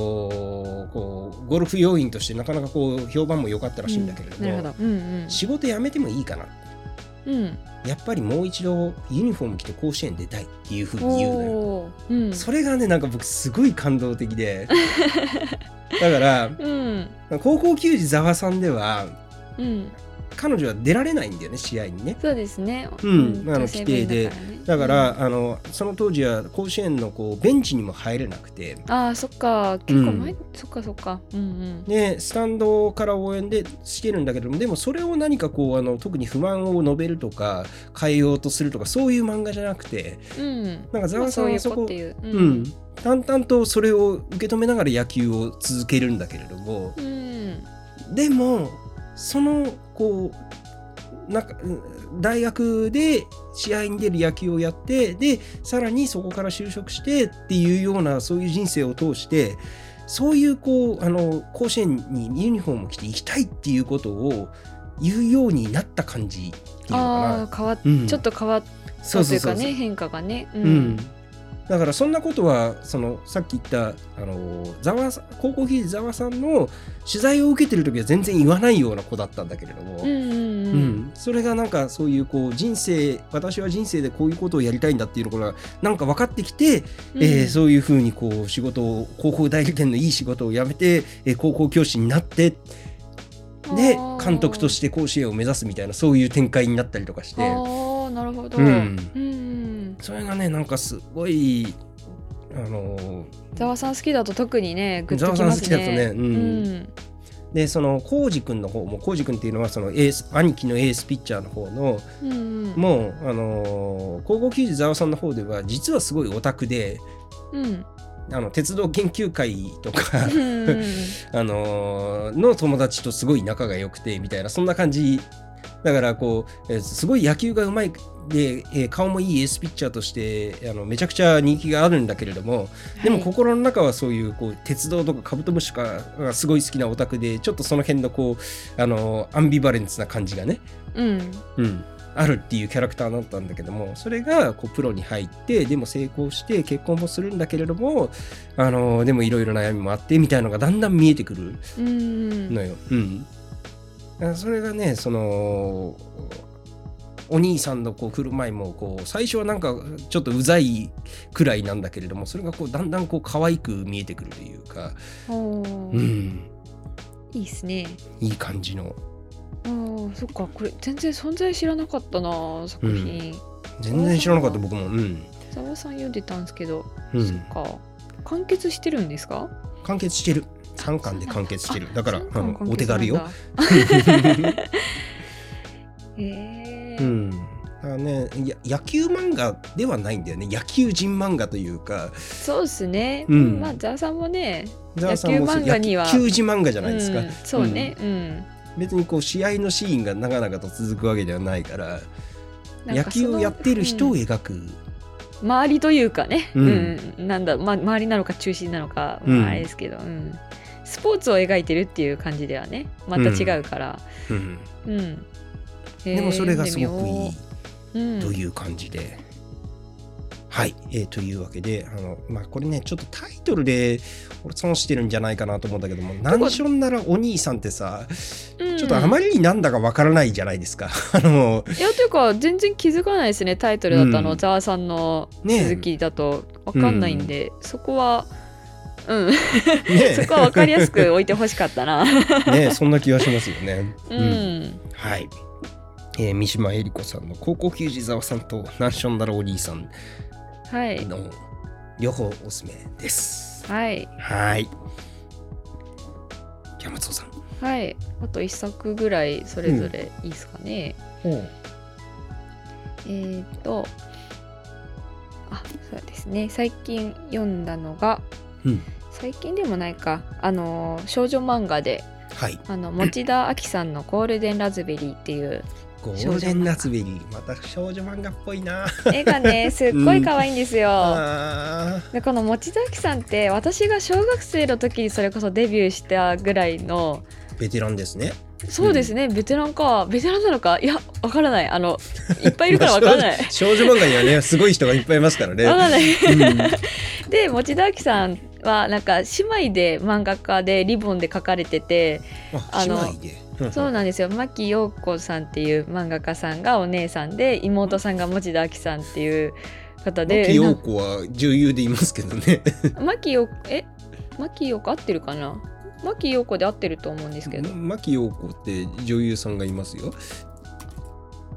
[SPEAKER 1] こうゴルフ要員としてなかなかこう評判も良かったらしいんだけれども、
[SPEAKER 2] なるほど。うん
[SPEAKER 1] 仕事辞めてもいいかな
[SPEAKER 2] うん。うん。
[SPEAKER 1] やっぱりもう一度ユニフォーム着て甲子園出たいっていうふうに言うのよ。
[SPEAKER 2] おおー。うん。
[SPEAKER 1] それがねなんか僕すごい感動的でだから
[SPEAKER 2] うん。
[SPEAKER 1] 高校球児ざわさんでは
[SPEAKER 2] うん。
[SPEAKER 1] 彼女は出られないんだよね試合にね。
[SPEAKER 2] そうですね。
[SPEAKER 1] うんあの
[SPEAKER 2] 女性弁だからね
[SPEAKER 1] だか
[SPEAKER 2] う
[SPEAKER 1] ら、
[SPEAKER 2] ん
[SPEAKER 1] あのその当時は甲子園のこうベンチにも入れなくて
[SPEAKER 2] ああ、そっか。結構前、
[SPEAKER 1] う
[SPEAKER 2] そっかそっか。うん
[SPEAKER 1] でスタンドから応援でしてるんだけどもでもそれを何かこうあの特に不満を述べるとか変えようとするとかそういう漫画じゃなくて
[SPEAKER 2] うん。うん。
[SPEAKER 1] なんかざ
[SPEAKER 2] ま
[SPEAKER 1] わ
[SPEAKER 2] あ
[SPEAKER 1] さ
[SPEAKER 2] そ
[SPEAKER 1] ん
[SPEAKER 2] うい
[SPEAKER 1] は
[SPEAKER 2] う
[SPEAKER 1] そ
[SPEAKER 2] 子
[SPEAKER 1] こ
[SPEAKER 2] っていう。う
[SPEAKER 1] う。ん、淡々とそれを受け止めながら野球を続けるんだけれども
[SPEAKER 2] うん。
[SPEAKER 1] でもそのこうなんかうん大学で試合に出る野球をやってでさらにそこから就職してっていうようなそういう人生を通してそういうこうあの甲子園にユニフォームを着て行きたいっていうことを言うようになった感じっていうの
[SPEAKER 2] あ
[SPEAKER 1] か
[SPEAKER 2] あ、変わっ
[SPEAKER 1] な、うん
[SPEAKER 2] ちょっと変わっ
[SPEAKER 1] そ
[SPEAKER 2] た
[SPEAKER 1] う
[SPEAKER 2] と
[SPEAKER 1] そ
[SPEAKER 2] いうう
[SPEAKER 1] そ
[SPEAKER 2] か
[SPEAKER 1] うそう
[SPEAKER 2] ね、変化がね。う
[SPEAKER 1] うん。だからそんなことはそのさっき言ったあのざわさん高校球児ざわさんの取材を受けてる時は全然言わないような子だったんだけれども、
[SPEAKER 2] うんう
[SPEAKER 1] う
[SPEAKER 2] んうん。
[SPEAKER 1] ん、それがなんかそういうこう人生私は人生でこういうことをやりたいんだっていうところがなんか分かってきて、えーそういうふうにこう仕事を高校代理店のいい仕事を辞めて、えー高校教師になってで
[SPEAKER 2] うん
[SPEAKER 1] 監督として甲子園を目指すみたいなそういう展開になったりとかして
[SPEAKER 2] ああ、なるほど。
[SPEAKER 1] うん
[SPEAKER 2] うん。
[SPEAKER 1] それがねなんかすごいあのー
[SPEAKER 2] ざわさん好きだと特にね、グッとき
[SPEAKER 1] ざわさん
[SPEAKER 2] ま
[SPEAKER 1] 好
[SPEAKER 2] す
[SPEAKER 1] きだとね
[SPEAKER 2] ね。
[SPEAKER 1] うんでその浩二君の方も浩二君っていうのはそのエース兄貴のエースピッチャーの方の
[SPEAKER 2] うん。うんうん。
[SPEAKER 1] もう、あのー高校球児ざわさんの方では実はすごいオタクで
[SPEAKER 2] うん。
[SPEAKER 1] あの鉄道研究会とか
[SPEAKER 2] う、んうん
[SPEAKER 1] あのーの友達とすごい仲が良くてみたいなそんな感じだからこう、えーすごい野球がうまいで、えー顔もいいエースピッチャーとしてあのめちゃくちゃ人気があるんだけれども でも
[SPEAKER 2] はい
[SPEAKER 1] 心の中はそういうこう鉄道とかカブトムシとかがすごい好きなオタクでちょっとその辺のこう、あのーアンビバレンスな感じがね
[SPEAKER 2] うん。
[SPEAKER 1] うん、あるっていうキャラクターだったんだけどもそれがこうプロに入ってでも成功して結婚もするんだけれども、あのでもいろいろ悩みもあってみたいのがだんだん見えてくる
[SPEAKER 2] うん
[SPEAKER 1] のよ。うん、だからそれがねそのお兄さんのこう振る舞いもこう最初はなんかちょっとうざいくらいなんだけれどもそれがこうだんだんこう可愛く見えてくるというか、
[SPEAKER 2] お
[SPEAKER 1] う
[SPEAKER 2] ー
[SPEAKER 1] ん、
[SPEAKER 2] いいですね。
[SPEAKER 1] いい感じの
[SPEAKER 2] あーそっかこれ全然存在知らなかったな作品。
[SPEAKER 1] 全然知らなかった僕も、うん
[SPEAKER 2] ざわさん読んでたんですけど、
[SPEAKER 1] う
[SPEAKER 2] そ
[SPEAKER 1] ん
[SPEAKER 2] っ、か完結してるんですか？
[SPEAKER 1] 完結してる3巻で完結してるだから
[SPEAKER 2] そう
[SPEAKER 1] あ
[SPEAKER 2] な
[SPEAKER 1] の
[SPEAKER 2] んだ
[SPEAKER 1] お手軽。 よ
[SPEAKER 2] 完、結なんだ
[SPEAKER 1] う
[SPEAKER 2] へえ。
[SPEAKER 1] んだからね、や野球漫画ではないんだよね野球人漫画というか
[SPEAKER 2] そうですね。
[SPEAKER 1] うん
[SPEAKER 2] まあざわさんもね、
[SPEAKER 1] ザワさんもそう
[SPEAKER 2] 野球漫画には
[SPEAKER 1] 野球児漫画じゃないですか、
[SPEAKER 2] うんそうね。うん。
[SPEAKER 1] 別にこう試合のシーンが長々と続くわけではないから
[SPEAKER 2] なん
[SPEAKER 1] 野
[SPEAKER 2] かその
[SPEAKER 1] 球をやっている人
[SPEAKER 2] う
[SPEAKER 1] を
[SPEAKER 2] ん
[SPEAKER 1] 描く、
[SPEAKER 2] 周りというかね、
[SPEAKER 1] う
[SPEAKER 2] うんんなんだ、ま、周りなのか中心なのか、
[SPEAKER 1] うん
[SPEAKER 2] まあ、あれですけど、うんスポーツを描いてるっていう感じではねまた違うから、
[SPEAKER 1] うん
[SPEAKER 2] うん
[SPEAKER 1] でもそれがすごくいい
[SPEAKER 2] い
[SPEAKER 1] と
[SPEAKER 2] う
[SPEAKER 1] いう感じで、はい、えーというわけで、あの、まあ、これね、ちょっとタイトルで、俺損してるんじゃないかなと思うんだけども、ナンションならお兄さんってさ、
[SPEAKER 2] うん
[SPEAKER 1] ちょっとあまりになんだかわからないじゃないですか。 あの、
[SPEAKER 2] いやというか全然気づかないですねタイトルだとあ
[SPEAKER 1] う
[SPEAKER 2] の
[SPEAKER 1] ん
[SPEAKER 2] ざわさんの
[SPEAKER 1] ねえ
[SPEAKER 2] 続きだと分かんないんで、そこはうん
[SPEAKER 1] ね
[SPEAKER 2] そこは分かりやすく置いてほしかったな
[SPEAKER 1] ねそんな気がしますよね。
[SPEAKER 2] うん、
[SPEAKER 1] はい。えー三島恵里子さんの高校球児沢さんとナンションならお兄さん
[SPEAKER 2] はい
[SPEAKER 1] の両方おすすめです。
[SPEAKER 2] はい
[SPEAKER 1] はい。山本さん。
[SPEAKER 2] はいあと1作ぐらいそれぞれいいですかね、えー、っとあそうですね最近読んだのが
[SPEAKER 1] うん。
[SPEAKER 2] 最近でもないかあの少女漫画で
[SPEAKER 1] はい。
[SPEAKER 2] あの持田亜紀さんの「ゴールデンラズベリー」って いう
[SPEAKER 1] ゴールデンラズベリー。また少女漫画っぽいな。
[SPEAKER 2] 絵がねすっごい可愛いんですよ。
[SPEAKER 1] あ
[SPEAKER 2] でこの持田亜紀さんって私が小学生の時にそれこそデビューしたぐらいの
[SPEAKER 1] ーベテランですね。
[SPEAKER 2] そうですね、ベテランかベテランなのかいやわからないあのいっぱいいるからわからない。
[SPEAKER 1] まあ少女少女漫画にはね、すごい人がいっぱいいますからね。
[SPEAKER 2] わからない
[SPEAKER 1] うん
[SPEAKER 2] で持田亜紀さんはなんか姉妹で漫画家でリボンで描かれてて
[SPEAKER 1] あ、
[SPEAKER 2] あ
[SPEAKER 1] 姉
[SPEAKER 2] の
[SPEAKER 1] 妹で。うん
[SPEAKER 2] そうなんですよ牧陽子さんっていう漫画家さんがお姉さんで妹さんが持田亜紀さんっていう方
[SPEAKER 1] 牧
[SPEAKER 2] で
[SPEAKER 1] 陽子は女優でいますけどね。
[SPEAKER 2] 牧陽子え牧陽子合ってるかな牧陽子で合ってると思うんですけ ど
[SPEAKER 1] 牧陽子って女優さんがいますよ。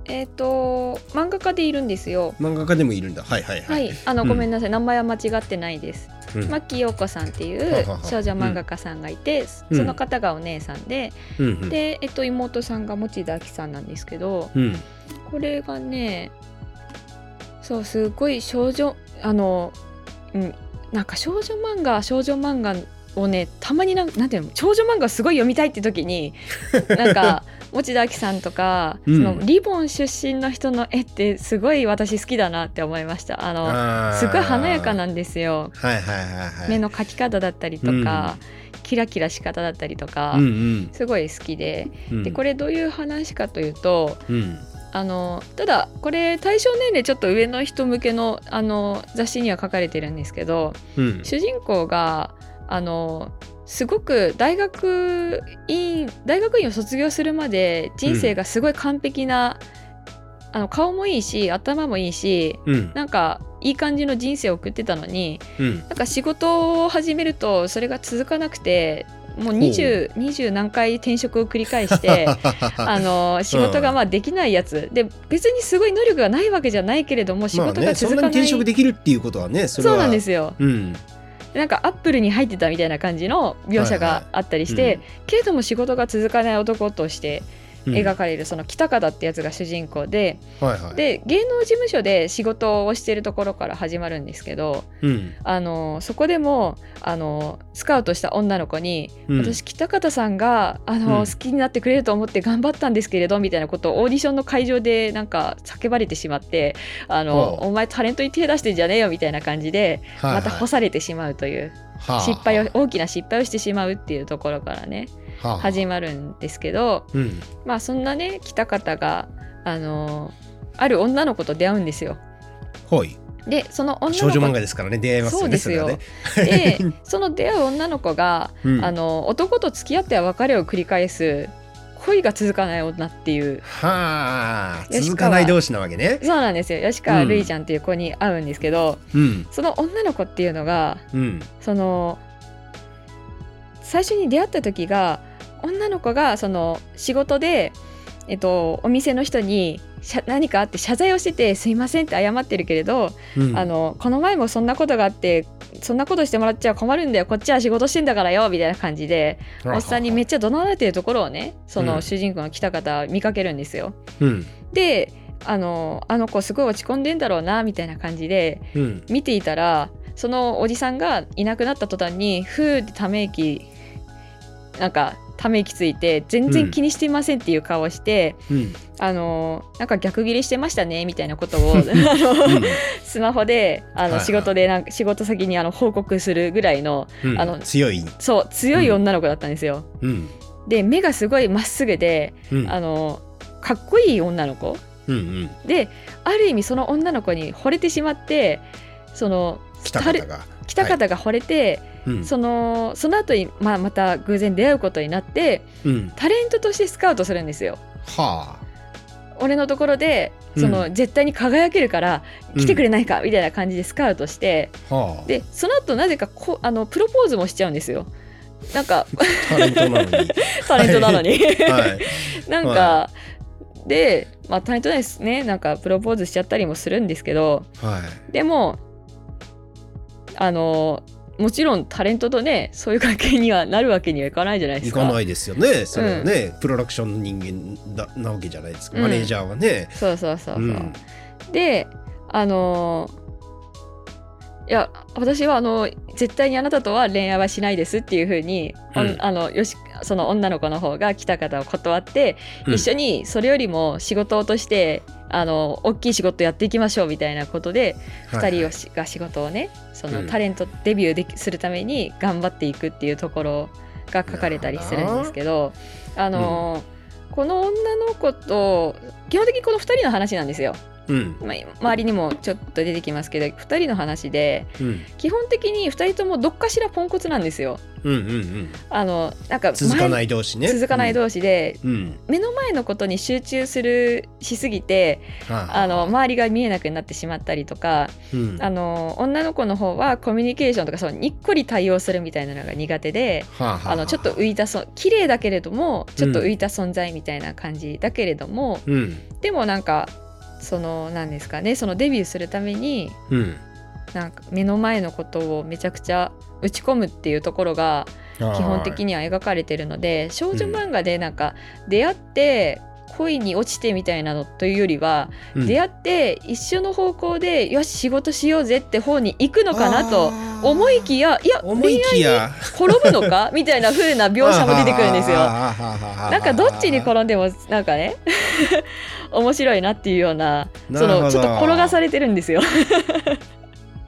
[SPEAKER 2] えっ、と漫画家でいるんですよ。
[SPEAKER 1] 漫画家でもいるんだ。はいはいは。
[SPEAKER 2] はいい、あの、
[SPEAKER 1] うん
[SPEAKER 2] ごめんなさい名前は間違ってないです。
[SPEAKER 1] うん
[SPEAKER 2] 牧陽子さんってい
[SPEAKER 1] は
[SPEAKER 2] う
[SPEAKER 1] はは
[SPEAKER 2] 少女漫画家さんがいて、
[SPEAKER 1] うん
[SPEAKER 2] その方がお姉さんで、
[SPEAKER 1] うんうん
[SPEAKER 2] でえっと妹さんが持田亜紀さんなんですけど、
[SPEAKER 1] うん
[SPEAKER 2] これがね、そうすごい少女あの、うん、なんか少女漫画少女漫画をねたまになんなんていうの少女漫画すごい読みたいって時 になんか持田亜紀さんとか、
[SPEAKER 1] うん
[SPEAKER 2] そのリボン出身の人の絵ってすごい私好きだなって思いましたあの
[SPEAKER 1] あー
[SPEAKER 2] すごい華やか。なんですよ
[SPEAKER 1] はいはいはいはい。
[SPEAKER 2] 目の描き方だったりとか、キラキラ仕方だったりとか、
[SPEAKER 1] うん
[SPEAKER 2] すごい好きで
[SPEAKER 1] うん。
[SPEAKER 2] でこ
[SPEAKER 1] れ。
[SPEAKER 2] れどういう話かというと
[SPEAKER 1] うん。
[SPEAKER 2] あのただこれ対象年齢ちょっと上の人向けのあの雑誌には書かれてるんですけど
[SPEAKER 1] うん。
[SPEAKER 2] 主人公があのすごく大学院大学院を卒業するまで人生がすごい完璧な、あの顔もいいし頭もいいし
[SPEAKER 1] うん。
[SPEAKER 2] なんかいい感じの人生を送ってたのに
[SPEAKER 1] うん。
[SPEAKER 2] なんか仕事を始めるとそれが続かなくてもう20 20何回転職を繰り 返して。あの仕事がまあできないやつ、で別にすごい能力がないわけじゃないけれども仕事
[SPEAKER 1] まあ
[SPEAKER 2] が
[SPEAKER 1] ね、そ
[SPEAKER 2] 続
[SPEAKER 1] んな
[SPEAKER 2] か
[SPEAKER 1] に
[SPEAKER 2] ない、
[SPEAKER 1] 転職できるっていうことはね、それ
[SPEAKER 2] そ
[SPEAKER 1] は。。
[SPEAKER 2] うなんですすよ
[SPEAKER 1] うん。
[SPEAKER 2] なんかアップルに入ってたみたいな感じの描写があったりして、けれども仕事が続かない男として
[SPEAKER 1] うん、
[SPEAKER 2] 描かれるその北方ってやつが主人公で、
[SPEAKER 1] く。はいはい。
[SPEAKER 2] で芸能事務所で仕事をしてるところから始まるんですけど
[SPEAKER 1] うん、
[SPEAKER 2] あのそこでもあのスカウトした女の子に
[SPEAKER 1] うん。
[SPEAKER 2] 私北方さんがあの、
[SPEAKER 1] うん
[SPEAKER 2] 好きになってくれると思って頑張ったんですけれどみたいなことをオーディションの会場でなんか叫ばれてしまってあの
[SPEAKER 1] ほう
[SPEAKER 2] お前タレントに手出してんじゃねえよみたいな感じで
[SPEAKER 1] はいは
[SPEAKER 2] ま
[SPEAKER 1] い
[SPEAKER 2] た干されてしまうという失敗を、大きな失敗をしてしまうっていうところからね
[SPEAKER 1] はあはあ
[SPEAKER 2] 始まるんですけど
[SPEAKER 1] うん。
[SPEAKER 2] まあそんなね北方があのある女の子と出会うんですよ。
[SPEAKER 1] はい。
[SPEAKER 2] でその女
[SPEAKER 1] 少
[SPEAKER 2] の
[SPEAKER 1] 女漫
[SPEAKER 2] 子
[SPEAKER 1] 画ですからね、出会いますよね。
[SPEAKER 2] そうですよ
[SPEAKER 1] れはね
[SPEAKER 2] でその出会う女の子が
[SPEAKER 1] うん
[SPEAKER 2] あの男と付き合っては別れを繰り返す恋が続かない女っていう
[SPEAKER 1] はあ、
[SPEAKER 2] 吉川
[SPEAKER 1] 続かない同士なわけね。
[SPEAKER 2] そうなんですよ吉川るいちゃんっていう子に会うんですけど、
[SPEAKER 1] うん。
[SPEAKER 2] その女の子っていうのが
[SPEAKER 1] うん。
[SPEAKER 2] その最初に出会った時が女の子がその仕事で、えっと、お店の人に謝何かあって謝罪をしてて「すいません」って謝ってるけれど、
[SPEAKER 1] うん
[SPEAKER 2] あのこの前もそんなことがあってそんなことしてもらっちゃ困るんだよこっちは仕事してんだからよみたいな感じでおっさんにめっちゃ怒鳴られてるところをねそ
[SPEAKER 1] うん
[SPEAKER 2] の主人公の北方は見かけるんですよ。
[SPEAKER 1] うん。
[SPEAKER 2] であのあの子すごい落ち込んでんだろうなみたいな感じで
[SPEAKER 1] うん。
[SPEAKER 2] 見ていたらそのおじさんがいなくなった途端にふーってため息なんかため息ついて全然気にしていませんっていう顔をして、
[SPEAKER 1] うん。
[SPEAKER 2] あのなんか逆ギレしてましたねみたいなこと をあのスマホであ
[SPEAKER 1] はいは
[SPEAKER 2] の
[SPEAKER 1] い
[SPEAKER 2] 仕事でなんか仕事先にあの報告するぐらいの
[SPEAKER 1] うん
[SPEAKER 2] あの
[SPEAKER 1] 強い。
[SPEAKER 2] そう強い女の子だったんですよ。
[SPEAKER 1] うん。
[SPEAKER 2] で目がすごいまっすぐで
[SPEAKER 1] うん。
[SPEAKER 2] あのかっこいい女の子
[SPEAKER 1] うんうん。
[SPEAKER 2] である意味その女の子に惚れてしまってその
[SPEAKER 1] 来た
[SPEAKER 2] 彼
[SPEAKER 1] 方が。
[SPEAKER 2] 来た方が惚れて、
[SPEAKER 1] うん
[SPEAKER 2] そのその後にまあまた偶然出会うことになって
[SPEAKER 1] うん。
[SPEAKER 2] タレントとしてスカウトするんですよ。
[SPEAKER 1] はあ。
[SPEAKER 2] 俺のところで
[SPEAKER 1] うん
[SPEAKER 2] その、絶対に輝けるから
[SPEAKER 1] うん
[SPEAKER 2] 来てくれないかみたいな感じでスカウトして、
[SPEAKER 1] はあ。
[SPEAKER 2] でその後なぜかこあのプロポーズもしちゃうんですよ。な んか
[SPEAKER 1] タレントなのに。
[SPEAKER 2] タレントなのに、
[SPEAKER 1] はい。
[SPEAKER 2] なんか、
[SPEAKER 1] は
[SPEAKER 2] で、まあ、タレントですねなんかプロポーズしちゃったりもするんですけど
[SPEAKER 1] はい。
[SPEAKER 2] でもあのもちろんタレントとねそういう関係にはなるわけにはいかないじゃない
[SPEAKER 1] 行
[SPEAKER 2] ですか。
[SPEAKER 1] かないですよね。それはね、プロダクションの人間だなわけじゃないですか。
[SPEAKER 2] うん
[SPEAKER 1] マネージャーはね。
[SPEAKER 2] そうそうそうそう。
[SPEAKER 1] うん
[SPEAKER 2] であのいや私はあの絶対にあなたとは恋愛はしないですっていうふうに、おん
[SPEAKER 1] うん
[SPEAKER 2] あのよしその女の子の方が来た方を断って、
[SPEAKER 1] うん
[SPEAKER 2] 一緒にそれよりも仕事としてあの大きい仕事やっていきましょうみたいなことで、
[SPEAKER 1] はい
[SPEAKER 2] 2人をしが仕事をねその、
[SPEAKER 1] うん
[SPEAKER 2] タレントデビューできするために頑張っていくっていうところが書かれたりするんですけどあの、この女の子と基本的にこの2人の話なんですよ。
[SPEAKER 1] うん。
[SPEAKER 2] ま周りにもちょっと出てきますけど2人の話で
[SPEAKER 1] うん。
[SPEAKER 2] 基本的に2人ともどっかしらポンコツなんですよ。
[SPEAKER 1] うん。うん。うん。
[SPEAKER 2] あのなんか
[SPEAKER 1] 続かないい同士ね。
[SPEAKER 2] 続かない
[SPEAKER 1] 士。
[SPEAKER 2] 同士で、
[SPEAKER 1] うん。
[SPEAKER 2] 目の前のことに集中するしすぎて
[SPEAKER 1] は
[SPEAKER 2] あ
[SPEAKER 1] あ。
[SPEAKER 2] の周りが見えなくなってしまったりとか
[SPEAKER 1] うん
[SPEAKER 2] あの女の子の方はコミュニケーションとかそうにっこり対応するみたいなのが苦手で。
[SPEAKER 1] はは
[SPEAKER 2] あのちょっと。浮いたそ綺麗だけれどもちょっと浮いた存在みたいな感じだけれども、
[SPEAKER 1] うん。
[SPEAKER 2] でもなんかそのなんですかねそのデビューするために
[SPEAKER 1] うん。
[SPEAKER 2] なんか目の前のことをめちゃくちゃ打ち込むっていうところが基本的
[SPEAKER 1] に。
[SPEAKER 2] には描かれてるので少女漫画でなんか出会って恋に落ちてみたいなのというよりは、
[SPEAKER 1] うん
[SPEAKER 2] 出会って一緒の方向でよし仕事しようぜって方に行くのかなと思いきやいや
[SPEAKER 1] 思い
[SPEAKER 2] 恋愛
[SPEAKER 1] きや
[SPEAKER 2] 転ぶのかみたいな風な描写も出てくるんですよ。
[SPEAKER 1] な
[SPEAKER 2] なんかどっちに転んでもなんかね 面白いなっていうようなそのちょっと転がさ
[SPEAKER 1] れ
[SPEAKER 2] れてるんですよ。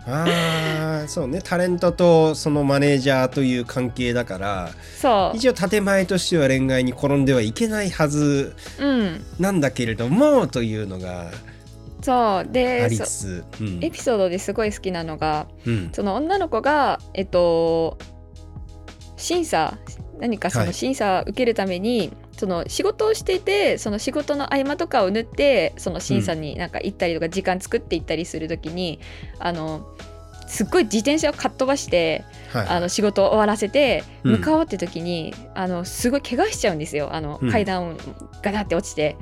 [SPEAKER 1] あーそうねタレントとそのマネージャーという関係だから
[SPEAKER 2] そ
[SPEAKER 1] 一応建前としては恋愛に転んではいけないはず
[SPEAKER 2] う、うん、
[SPEAKER 1] なんだけれどもというのが
[SPEAKER 2] そう
[SPEAKER 1] あ
[SPEAKER 2] で
[SPEAKER 1] り
[SPEAKER 2] そ
[SPEAKER 1] つつ、うん
[SPEAKER 2] エピソードですごい好きなのが
[SPEAKER 1] うん
[SPEAKER 2] その女の子がえっと審査何かそ
[SPEAKER 1] は
[SPEAKER 2] の
[SPEAKER 1] い
[SPEAKER 2] 審査受けるために、その仕事をしていてその仕事の合間とかを縫ってその審査になんか行ったりとか時間作って行ったりする時に、あのすっごい自転車をかっ飛ばして
[SPEAKER 1] はい
[SPEAKER 2] あの仕事を終わらせて
[SPEAKER 1] うん
[SPEAKER 2] 向かおうって時に、あのすごい怪我しちゃうんですよあの、
[SPEAKER 1] うん
[SPEAKER 2] 階段をガタって落ちて。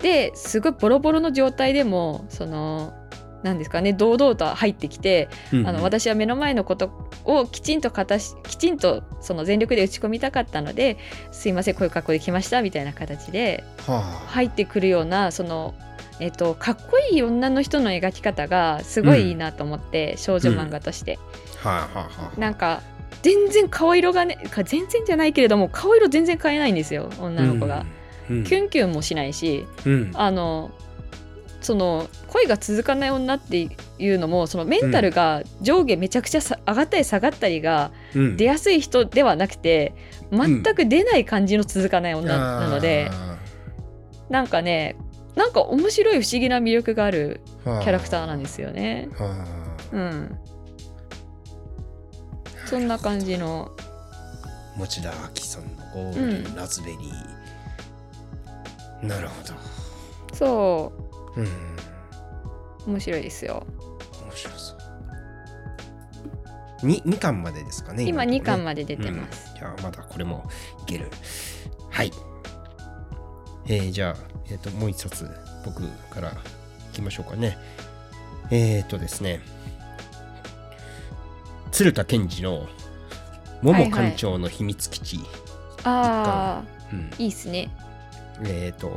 [SPEAKER 2] ですごいボロボロの状態でもそのなんですかね堂々と入ってきて、
[SPEAKER 1] うん
[SPEAKER 2] あの私は目の前のことをきちんと形きちんとその全力で打ち込みたかったのですいませんこういう格好で来ましたみたいな形で
[SPEAKER 1] は
[SPEAKER 2] 入ってくるようなその、えっとかっこいい女の人の描き方がすごいいいなと思って、少女漫画として。
[SPEAKER 1] あはあはあはあ
[SPEAKER 2] なんか全然顔色がねか全然じゃないけれども顔色全然変えないんですよ女の子
[SPEAKER 1] うん
[SPEAKER 2] が、、
[SPEAKER 1] うん
[SPEAKER 2] キュンキュンもしないし
[SPEAKER 1] うん
[SPEAKER 2] あのその恋が続かない女っていうのもそのメンタルが上下めちゃくちゃさ上がったり下がったりが
[SPEAKER 1] うん
[SPEAKER 2] 出やすい人ではなくて全く出ない感じの続かない女なので、
[SPEAKER 1] あ
[SPEAKER 2] なんかねなんか面白い不思議な魅力がある
[SPEAKER 1] ーはあ
[SPEAKER 2] キャラクターなんですよね。
[SPEAKER 1] は
[SPEAKER 2] うん、
[SPEAKER 1] あ
[SPEAKER 2] そんな感じの
[SPEAKER 1] 持田亜紀さんのゴールデンラズベリー、なるほど
[SPEAKER 2] そ
[SPEAKER 1] うん
[SPEAKER 2] う面白いですよ。
[SPEAKER 1] 面白そうに二巻までですかね
[SPEAKER 2] 今2巻
[SPEAKER 1] ま
[SPEAKER 2] まで出てます、
[SPEAKER 1] じゃあまだこれもいけるはいえー、じゃあ、えー、ともう一冊僕からいきましょうかねえっ、ー、とですね鶴田健二の「桃館長の秘密基地」
[SPEAKER 2] あ
[SPEAKER 1] うん
[SPEAKER 2] あいいっすね
[SPEAKER 1] えっ、と、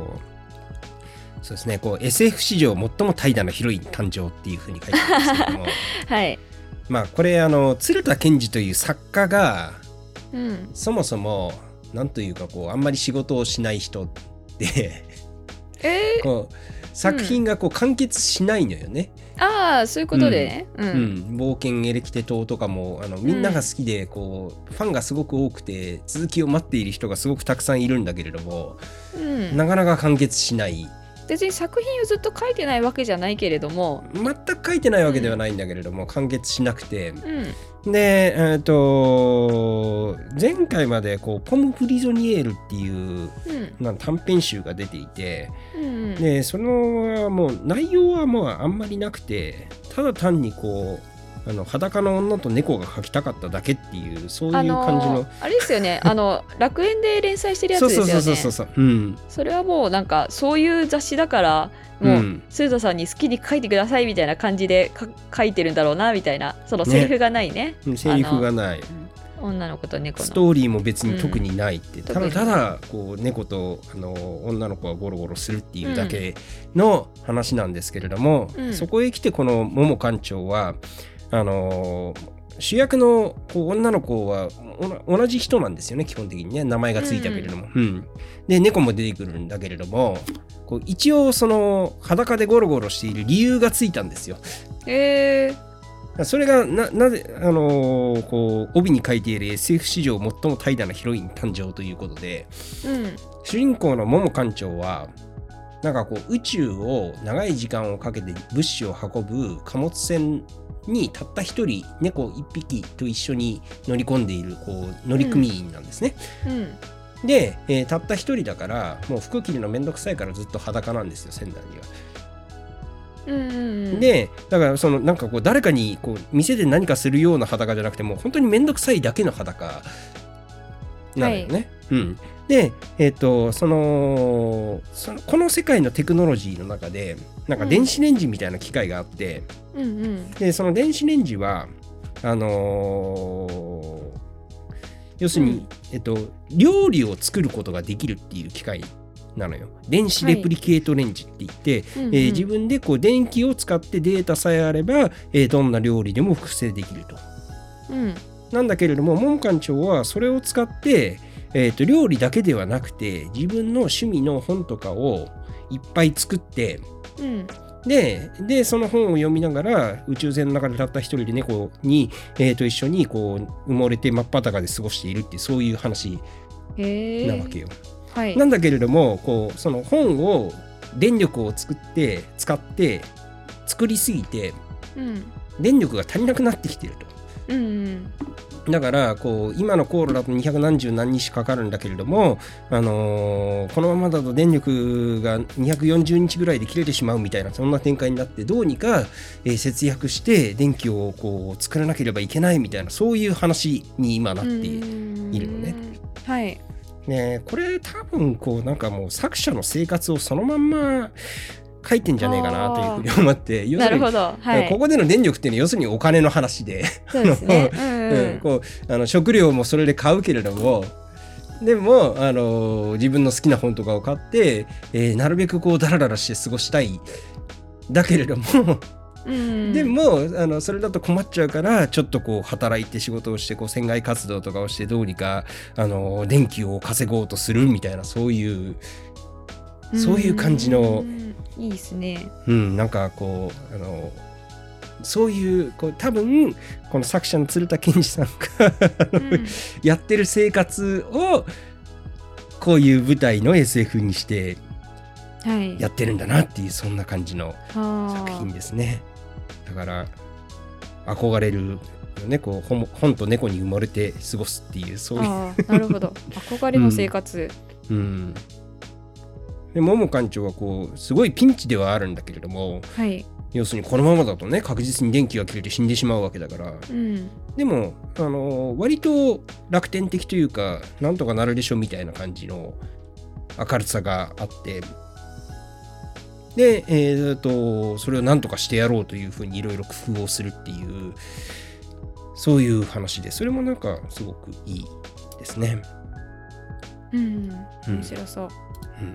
[SPEAKER 1] そうですね、こう SF 史上最も怠惰なヒロイン誕生っていうふうに書いてあるんですけ ども、
[SPEAKER 2] はい
[SPEAKER 1] まあこれ、あの、鶴田健二という作家が、
[SPEAKER 2] うん
[SPEAKER 1] そもそも、なんというか、こう、あんまり仕事をしない人で、
[SPEAKER 2] え
[SPEAKER 1] こう、作品がこう完結しないのよね。
[SPEAKER 2] ー、ああそういうことでねうん、
[SPEAKER 1] うん、冒険エレキテ島とかも、あの、みんなが好きで、こう、ファンがすごく多くて、続きを待っている人がすごくたくさんいるんだけれども、
[SPEAKER 2] うん
[SPEAKER 1] なかなか完結しない
[SPEAKER 2] 別に作品をずっと書いてないわけじゃないけれども、
[SPEAKER 1] 全く書いてないわけではないんだけれども、完結しなくて
[SPEAKER 2] うん、
[SPEAKER 1] でえっ、と前回までこうポム・プリゾニエールっていう
[SPEAKER 2] うん、
[SPEAKER 1] なん短編集が出ていて
[SPEAKER 2] うん、
[SPEAKER 1] でそのもう内容はまああんまりなくてただ単にこうあの裸の女と猫が描きたかっただけっていうそういう
[SPEAKER 2] あ
[SPEAKER 1] 感じ
[SPEAKER 2] の
[SPEAKER 1] の。
[SPEAKER 2] あれです よね、あの楽園で連載してるやつ
[SPEAKER 1] そう
[SPEAKER 2] です
[SPEAKER 1] そ
[SPEAKER 2] よ
[SPEAKER 1] う
[SPEAKER 2] ね。
[SPEAKER 1] そうそうそうそう、うん、
[SPEAKER 2] それはもうなんかそういう雑誌だからもう、
[SPEAKER 1] ん
[SPEAKER 2] スーザさんに好きに書いてくださいみたいな感じでか書いてるんだろうなみたいなそのセリフがないね
[SPEAKER 1] セリフがない
[SPEAKER 2] 女の子と猫
[SPEAKER 1] ス
[SPEAKER 2] の
[SPEAKER 1] トーリーも別に特にないって、
[SPEAKER 2] ん
[SPEAKER 1] ただただこう猫とあの女の子がゴロゴロするっていうだけの話なんですけれども、
[SPEAKER 2] うん
[SPEAKER 1] そこへ来てこの桃館長はあの主役のこう女の子はおな同じ人なんですよね基本的にね名前がついたけれども、うんで猫も出てくるんだけれどもこう一応その裸でゴロゴロしている理由がついたんですよ
[SPEAKER 2] えー、
[SPEAKER 1] それがななぜ、あのーこう帯に書いている SF 史上最も怠惰なヒロイン誕生ということで
[SPEAKER 2] うん
[SPEAKER 1] 主人公の桃館長はなんかこう宇宙を長い時間をかけて物資を運ぶ貨物船にたった一人猫一匹と一緒に乗り込んでいるこう乗組員なんですね。
[SPEAKER 2] うん
[SPEAKER 1] で、えーたった一人だからもう服着るのめんどくさいからずっと裸なんですよ船内には。
[SPEAKER 2] うんうん
[SPEAKER 1] でだからそのなんかこう誰かにこう店で何かするような裸じゃなくてもう本当に面倒くさいだけの裸なのよね。うん、で、えっとそのそのこの世界のテクノロジーの中でなんか電子レンジみたいな機械があって、
[SPEAKER 2] うんうん
[SPEAKER 1] でその電子レンジはあのー要するに、
[SPEAKER 2] うん
[SPEAKER 1] えっと、料理を作ることができるっていう機械なのよ。電子レプリケートレンジって言って、
[SPEAKER 2] うんうん
[SPEAKER 1] えー自分でこう電気を使ってデータさえあれば、えーどんな料理でも複製できると。
[SPEAKER 2] うん
[SPEAKER 1] なんだけれども門館長はそれを使って、えーと料理だけではなくて自分の趣味の本とかをいっぱい作って
[SPEAKER 2] うん
[SPEAKER 1] ででその本を読みながら宇宙船の中でたった一人で猫に、えーと一緒にこう埋もれて真っ裸で過ごしているっていうそういう話
[SPEAKER 2] へえ
[SPEAKER 1] なわけよ。
[SPEAKER 2] はい
[SPEAKER 1] なんだけれどもこうその本を電力を作って使って作りすぎて
[SPEAKER 2] うん
[SPEAKER 1] 電力が足りなくなってきてる
[SPEAKER 2] うんうん
[SPEAKER 1] と。だからこう今の航路だと200何十何日かかるんだけれども、あのーこのままだと電力が240日ぐらいで切れてしまうみたいなそんな展開になってどうにか、えー節約して電気をこう作らなければいけないみたいなそういう話に今なっている。いるのね
[SPEAKER 2] うんはい
[SPEAKER 1] ねえ、これ多分こうなんかもう作者の生活をそのまんま書いてんじゃねえかなというふうに思って要す
[SPEAKER 2] な
[SPEAKER 1] る
[SPEAKER 2] る
[SPEAKER 1] に
[SPEAKER 2] ほどはい
[SPEAKER 1] ここでの電力っていうのは要するにお金の話で。
[SPEAKER 2] そうですねう
[SPEAKER 1] うん
[SPEAKER 2] ん
[SPEAKER 1] こうあの食料もそれで買うけれどもでも、あのー自分の好きな本とかを買って、えーなるべくこうダラダラして過ごしたいだけれども、
[SPEAKER 2] うん
[SPEAKER 1] でもあのそれだと困っちゃうからちょっとこう働いて仕事をしてこう船外活動とかをしてどうにか、あのー電気を稼ごうとするみたいなそういう、
[SPEAKER 2] ん
[SPEAKER 1] そういう感じの
[SPEAKER 2] うんいいです ね
[SPEAKER 1] うん、なんかこう、あのーそういうこう多分この作者の鶴田健二さんがあの
[SPEAKER 2] うん
[SPEAKER 1] やってる生活をこういう舞台の SF にして
[SPEAKER 2] はい
[SPEAKER 1] やってるんだなっていうそんな感じの
[SPEAKER 2] は
[SPEAKER 1] 作
[SPEAKER 2] あ
[SPEAKER 1] 品ですねだから憧れるよねこう本本と猫に埋もれて過ごすっていうそういう
[SPEAKER 2] あーなるほど憧れの生活
[SPEAKER 1] うんで桃館長はこうすごいピンチではあるんだけれども
[SPEAKER 2] はい
[SPEAKER 1] 要するにこのままだとね確実に電気が切れて死んでしまうわけだから
[SPEAKER 2] うん
[SPEAKER 1] でも、あの割と楽天的というかなんとかなるでしょみたいな感じの明るさがあってで、えー、とそれをなんとかしてやろうというふうにいろいろ工夫をするっていうそういう話でそれもなんかすごくいいですね。
[SPEAKER 2] うん
[SPEAKER 1] うん
[SPEAKER 2] 面白そう
[SPEAKER 1] うん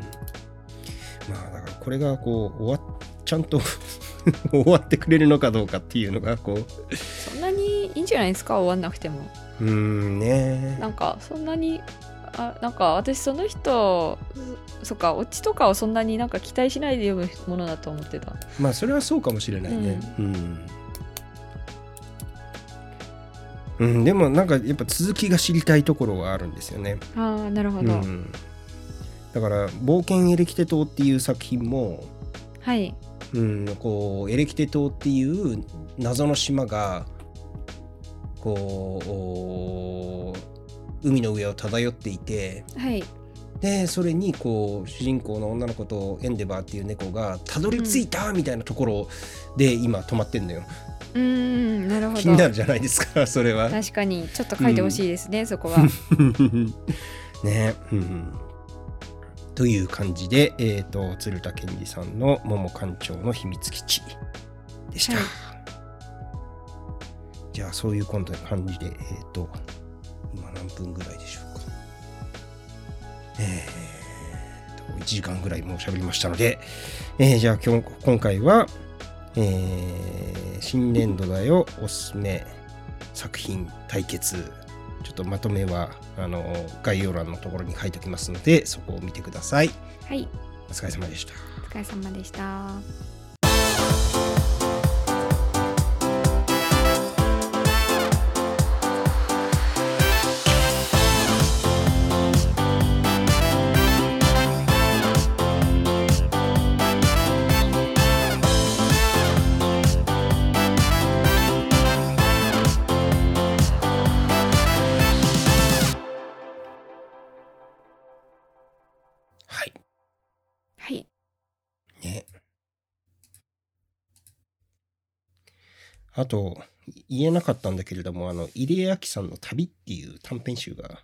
[SPEAKER 1] まあだからこれがこう終わっちゃんと 終わってくれるのかどうかっていうのがこう
[SPEAKER 2] そんなにいいんじゃないですか終わんなくても
[SPEAKER 1] うーんね
[SPEAKER 2] なんかそんなにあなんか私その人そそっかオチとかをそんなになんか期待しないで読むものだと思ってた
[SPEAKER 1] まあそれはそうかもしれないね。うん。うん、でもなんかやっぱ続きが知りたいところはあるんですよね。
[SPEAKER 2] ああなるほ
[SPEAKER 1] う
[SPEAKER 2] ど、
[SPEAKER 1] ん。だから「冒険エレキテ島」っていう作品も、
[SPEAKER 2] はい。
[SPEAKER 1] うん、こうエレキテ島っていう謎の島がこうおー海の上を漂っていて
[SPEAKER 2] はい。
[SPEAKER 1] でそれにこう主人公の女の子とエンデバーっていう猫がたどり着いたみたいなところで今止まってんのよ、
[SPEAKER 2] うーん、なるほど。
[SPEAKER 1] 気になるじゃないですかそれは。
[SPEAKER 2] 確かに、ちょっと書いてほしいですね、そこは。
[SPEAKER 1] ねうんうんという感じで、えー、と鶴田健二さんの「桃館長の秘密基地」でした。
[SPEAKER 2] はい
[SPEAKER 1] じゃあそういう今度感じで、えー、と今何分ぐらいでしょうか。えー、と1時間ぐらいもう喋りましたので、えーじゃあ今日今回は、えー新年度だよおすすめ作品対決ちょっとまとめはあの概要欄のところに書いておきますのでそこを見てください。
[SPEAKER 2] はい。
[SPEAKER 1] お疲れ様でした。
[SPEAKER 2] お疲れ様でした。
[SPEAKER 1] はい。
[SPEAKER 2] はい。
[SPEAKER 1] ね。あと、い言えなかったんだけれども、あの、入江明さんの旅っていう短編集が、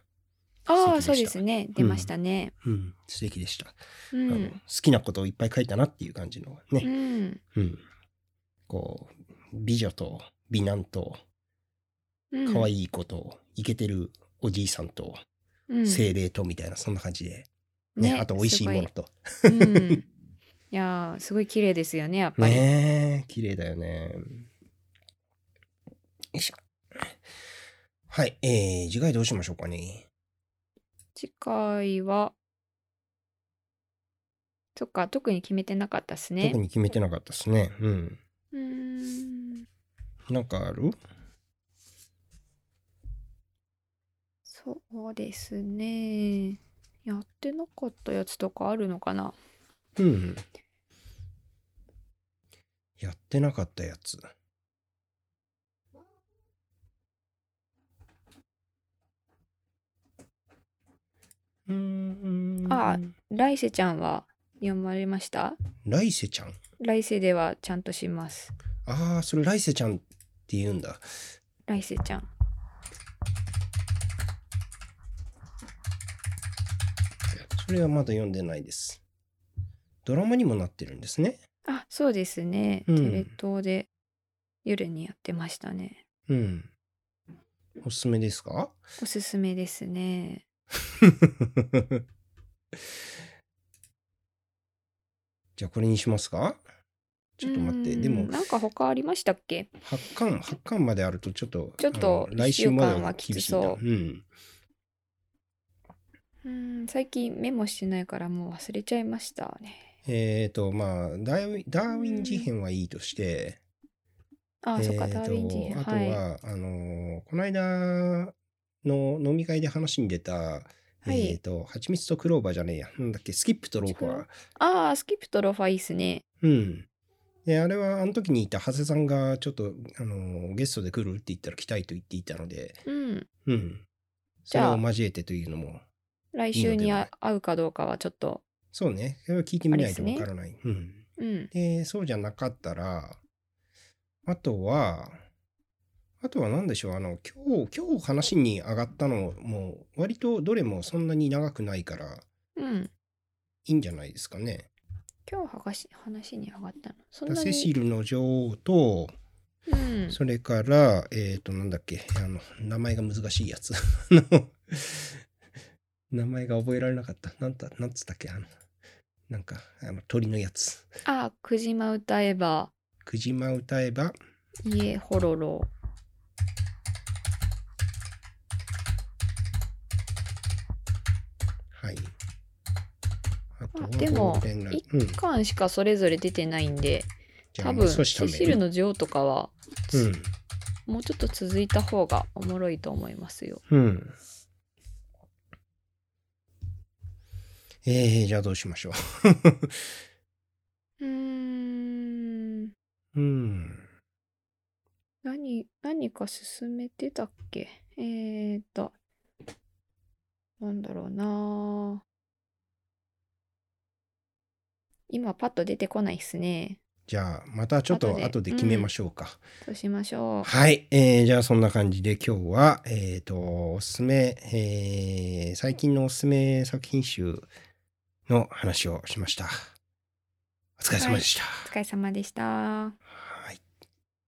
[SPEAKER 1] 素敵で
[SPEAKER 2] ああ、
[SPEAKER 1] した
[SPEAKER 2] そうですね。出ましたね。
[SPEAKER 1] 素敵でした、
[SPEAKER 2] う
[SPEAKER 1] あの。好
[SPEAKER 2] ん。
[SPEAKER 1] きなことをいっぱい書いたなっていう感じの
[SPEAKER 2] う
[SPEAKER 1] ね。
[SPEAKER 2] ん。
[SPEAKER 1] うん。こう、美女と美男と、
[SPEAKER 2] うん
[SPEAKER 1] 可愛い子と、イケてるおじいさんと、
[SPEAKER 2] うん
[SPEAKER 1] 精霊とみたいな、そんな感じで。ね、あと美味しいもの。と。
[SPEAKER 2] すごいうんいやー、すごい綺麗ですよね、やっぱり。
[SPEAKER 1] ねえ、綺麗だよね。よいしょ。はい、えー、次回どうしましょうかね。
[SPEAKER 2] 次回は、そっか、特に決めてなかったっすね
[SPEAKER 1] 特。に決めてなかったですね。うん。
[SPEAKER 2] うーん、
[SPEAKER 1] なんかある
[SPEAKER 2] そうですね。やってなかったやつとかあるのかな
[SPEAKER 1] うん。やってなかったやつ。うーん。
[SPEAKER 2] あ来世ちゃんは読まれました
[SPEAKER 1] 来世ちゃん。
[SPEAKER 2] 来世ではちゃんとします。
[SPEAKER 1] ああ、それ来世ちゃんって言うんだ。
[SPEAKER 2] 来世ちゃん。
[SPEAKER 1] それはまだ読んでないです。ドラマにもなってるんですね。
[SPEAKER 2] あ、そうですね。
[SPEAKER 1] うん
[SPEAKER 2] テレ東で夜にやってましたね。
[SPEAKER 1] うん。おすすめですか
[SPEAKER 2] おすすめですね。
[SPEAKER 1] じゃあこれにしますかちょっと待っ
[SPEAKER 2] う
[SPEAKER 1] て。
[SPEAKER 2] ーん
[SPEAKER 1] でも、
[SPEAKER 2] なんか他ありましたっけ
[SPEAKER 1] 八巻、八巻まであるとちょっと、
[SPEAKER 2] ちょっと
[SPEAKER 1] あの来週までは
[SPEAKER 2] 一週間はき
[SPEAKER 1] 厳
[SPEAKER 2] つ
[SPEAKER 1] しいな。
[SPEAKER 2] そう
[SPEAKER 1] うん。
[SPEAKER 2] うーん、最近メモしてないからもう忘れちゃいましたね。
[SPEAKER 1] えっ、と、まあダーウィン、ダーウィン事変はいいとして、
[SPEAKER 2] あ、そっか、
[SPEAKER 1] えーと
[SPEAKER 2] ダーウィン人。
[SPEAKER 1] あとは、
[SPEAKER 2] はい。は
[SPEAKER 1] あのーこの間の飲み会で話に出た、
[SPEAKER 2] い。
[SPEAKER 1] えっ、と、蜂蜜とクローバーじゃねえや。なんだっけ、スキップとローファー。
[SPEAKER 2] ああ、スキップとロファいいっすね。
[SPEAKER 1] うん。で、あれは、あの時にいた長谷さんが、ちょっと、あのーゲストで来るって言ったら来たいと言っていたので、
[SPEAKER 2] うん。
[SPEAKER 1] うん。そ
[SPEAKER 2] じ
[SPEAKER 1] れ
[SPEAKER 2] ゃあ
[SPEAKER 1] を交えてというのも、
[SPEAKER 2] 来週に
[SPEAKER 1] いいのではない
[SPEAKER 2] あ会うかどうかはちょっと。
[SPEAKER 1] そうね、それは聞いてみないと
[SPEAKER 2] あれ
[SPEAKER 1] わ
[SPEAKER 2] ですね
[SPEAKER 1] からない。うん。
[SPEAKER 2] うん。
[SPEAKER 1] で、そうじゃなかったら、あとは、あとは何でしょう、あの、今日、今日話に上がったのも、割とどれもそんなに長くないから、
[SPEAKER 2] うん。
[SPEAKER 1] いいんじゃないですかね。
[SPEAKER 2] 今日はがし話に上がったの。そん
[SPEAKER 1] だ
[SPEAKER 2] な
[SPEAKER 1] セシ
[SPEAKER 2] に。
[SPEAKER 1] ルの女王と、
[SPEAKER 2] うん。
[SPEAKER 1] それから、えっ、と、なんだっけ、あの、名前が難しいやつ。あの、名前が覚えられなかった。なんた、なんつったっけ、あの、なんか、あの、鳥のやつ。
[SPEAKER 2] ああ、くじま歌えば、
[SPEAKER 1] くじま歌えば、
[SPEAKER 2] 家ほろろ。
[SPEAKER 1] はい。あとは
[SPEAKER 2] あでも
[SPEAKER 1] ゴールデンライ
[SPEAKER 2] 一
[SPEAKER 1] ンうん、
[SPEAKER 2] 巻しかそれぞれ出てないんで、
[SPEAKER 1] じゃあ
[SPEAKER 2] 多
[SPEAKER 1] もう
[SPEAKER 2] 分、
[SPEAKER 1] 少し
[SPEAKER 2] セ
[SPEAKER 1] 食
[SPEAKER 2] シ
[SPEAKER 1] べ
[SPEAKER 2] ル
[SPEAKER 1] る。
[SPEAKER 2] の女王とかは、
[SPEAKER 1] うん。
[SPEAKER 2] もうちょっと続いた方がおもろいと思いますよ。
[SPEAKER 1] うん。えー、じゃあどうしましょ
[SPEAKER 2] うーん。
[SPEAKER 1] う。うん。
[SPEAKER 2] 何、何か進めてたっけえーと、なんだろうな今パッと出てこないっすね。
[SPEAKER 1] じゃあ、またちょっと
[SPEAKER 2] 後で
[SPEAKER 1] 後で決めましょうか。
[SPEAKER 2] そうしましょう。
[SPEAKER 1] はい、えーじゃあそんな感じで今日は、えっ、と、おすすめ、えー最近のおすすめ作品集の話をしました。お疲れ様でした。
[SPEAKER 2] お疲れ様でした。
[SPEAKER 1] はい。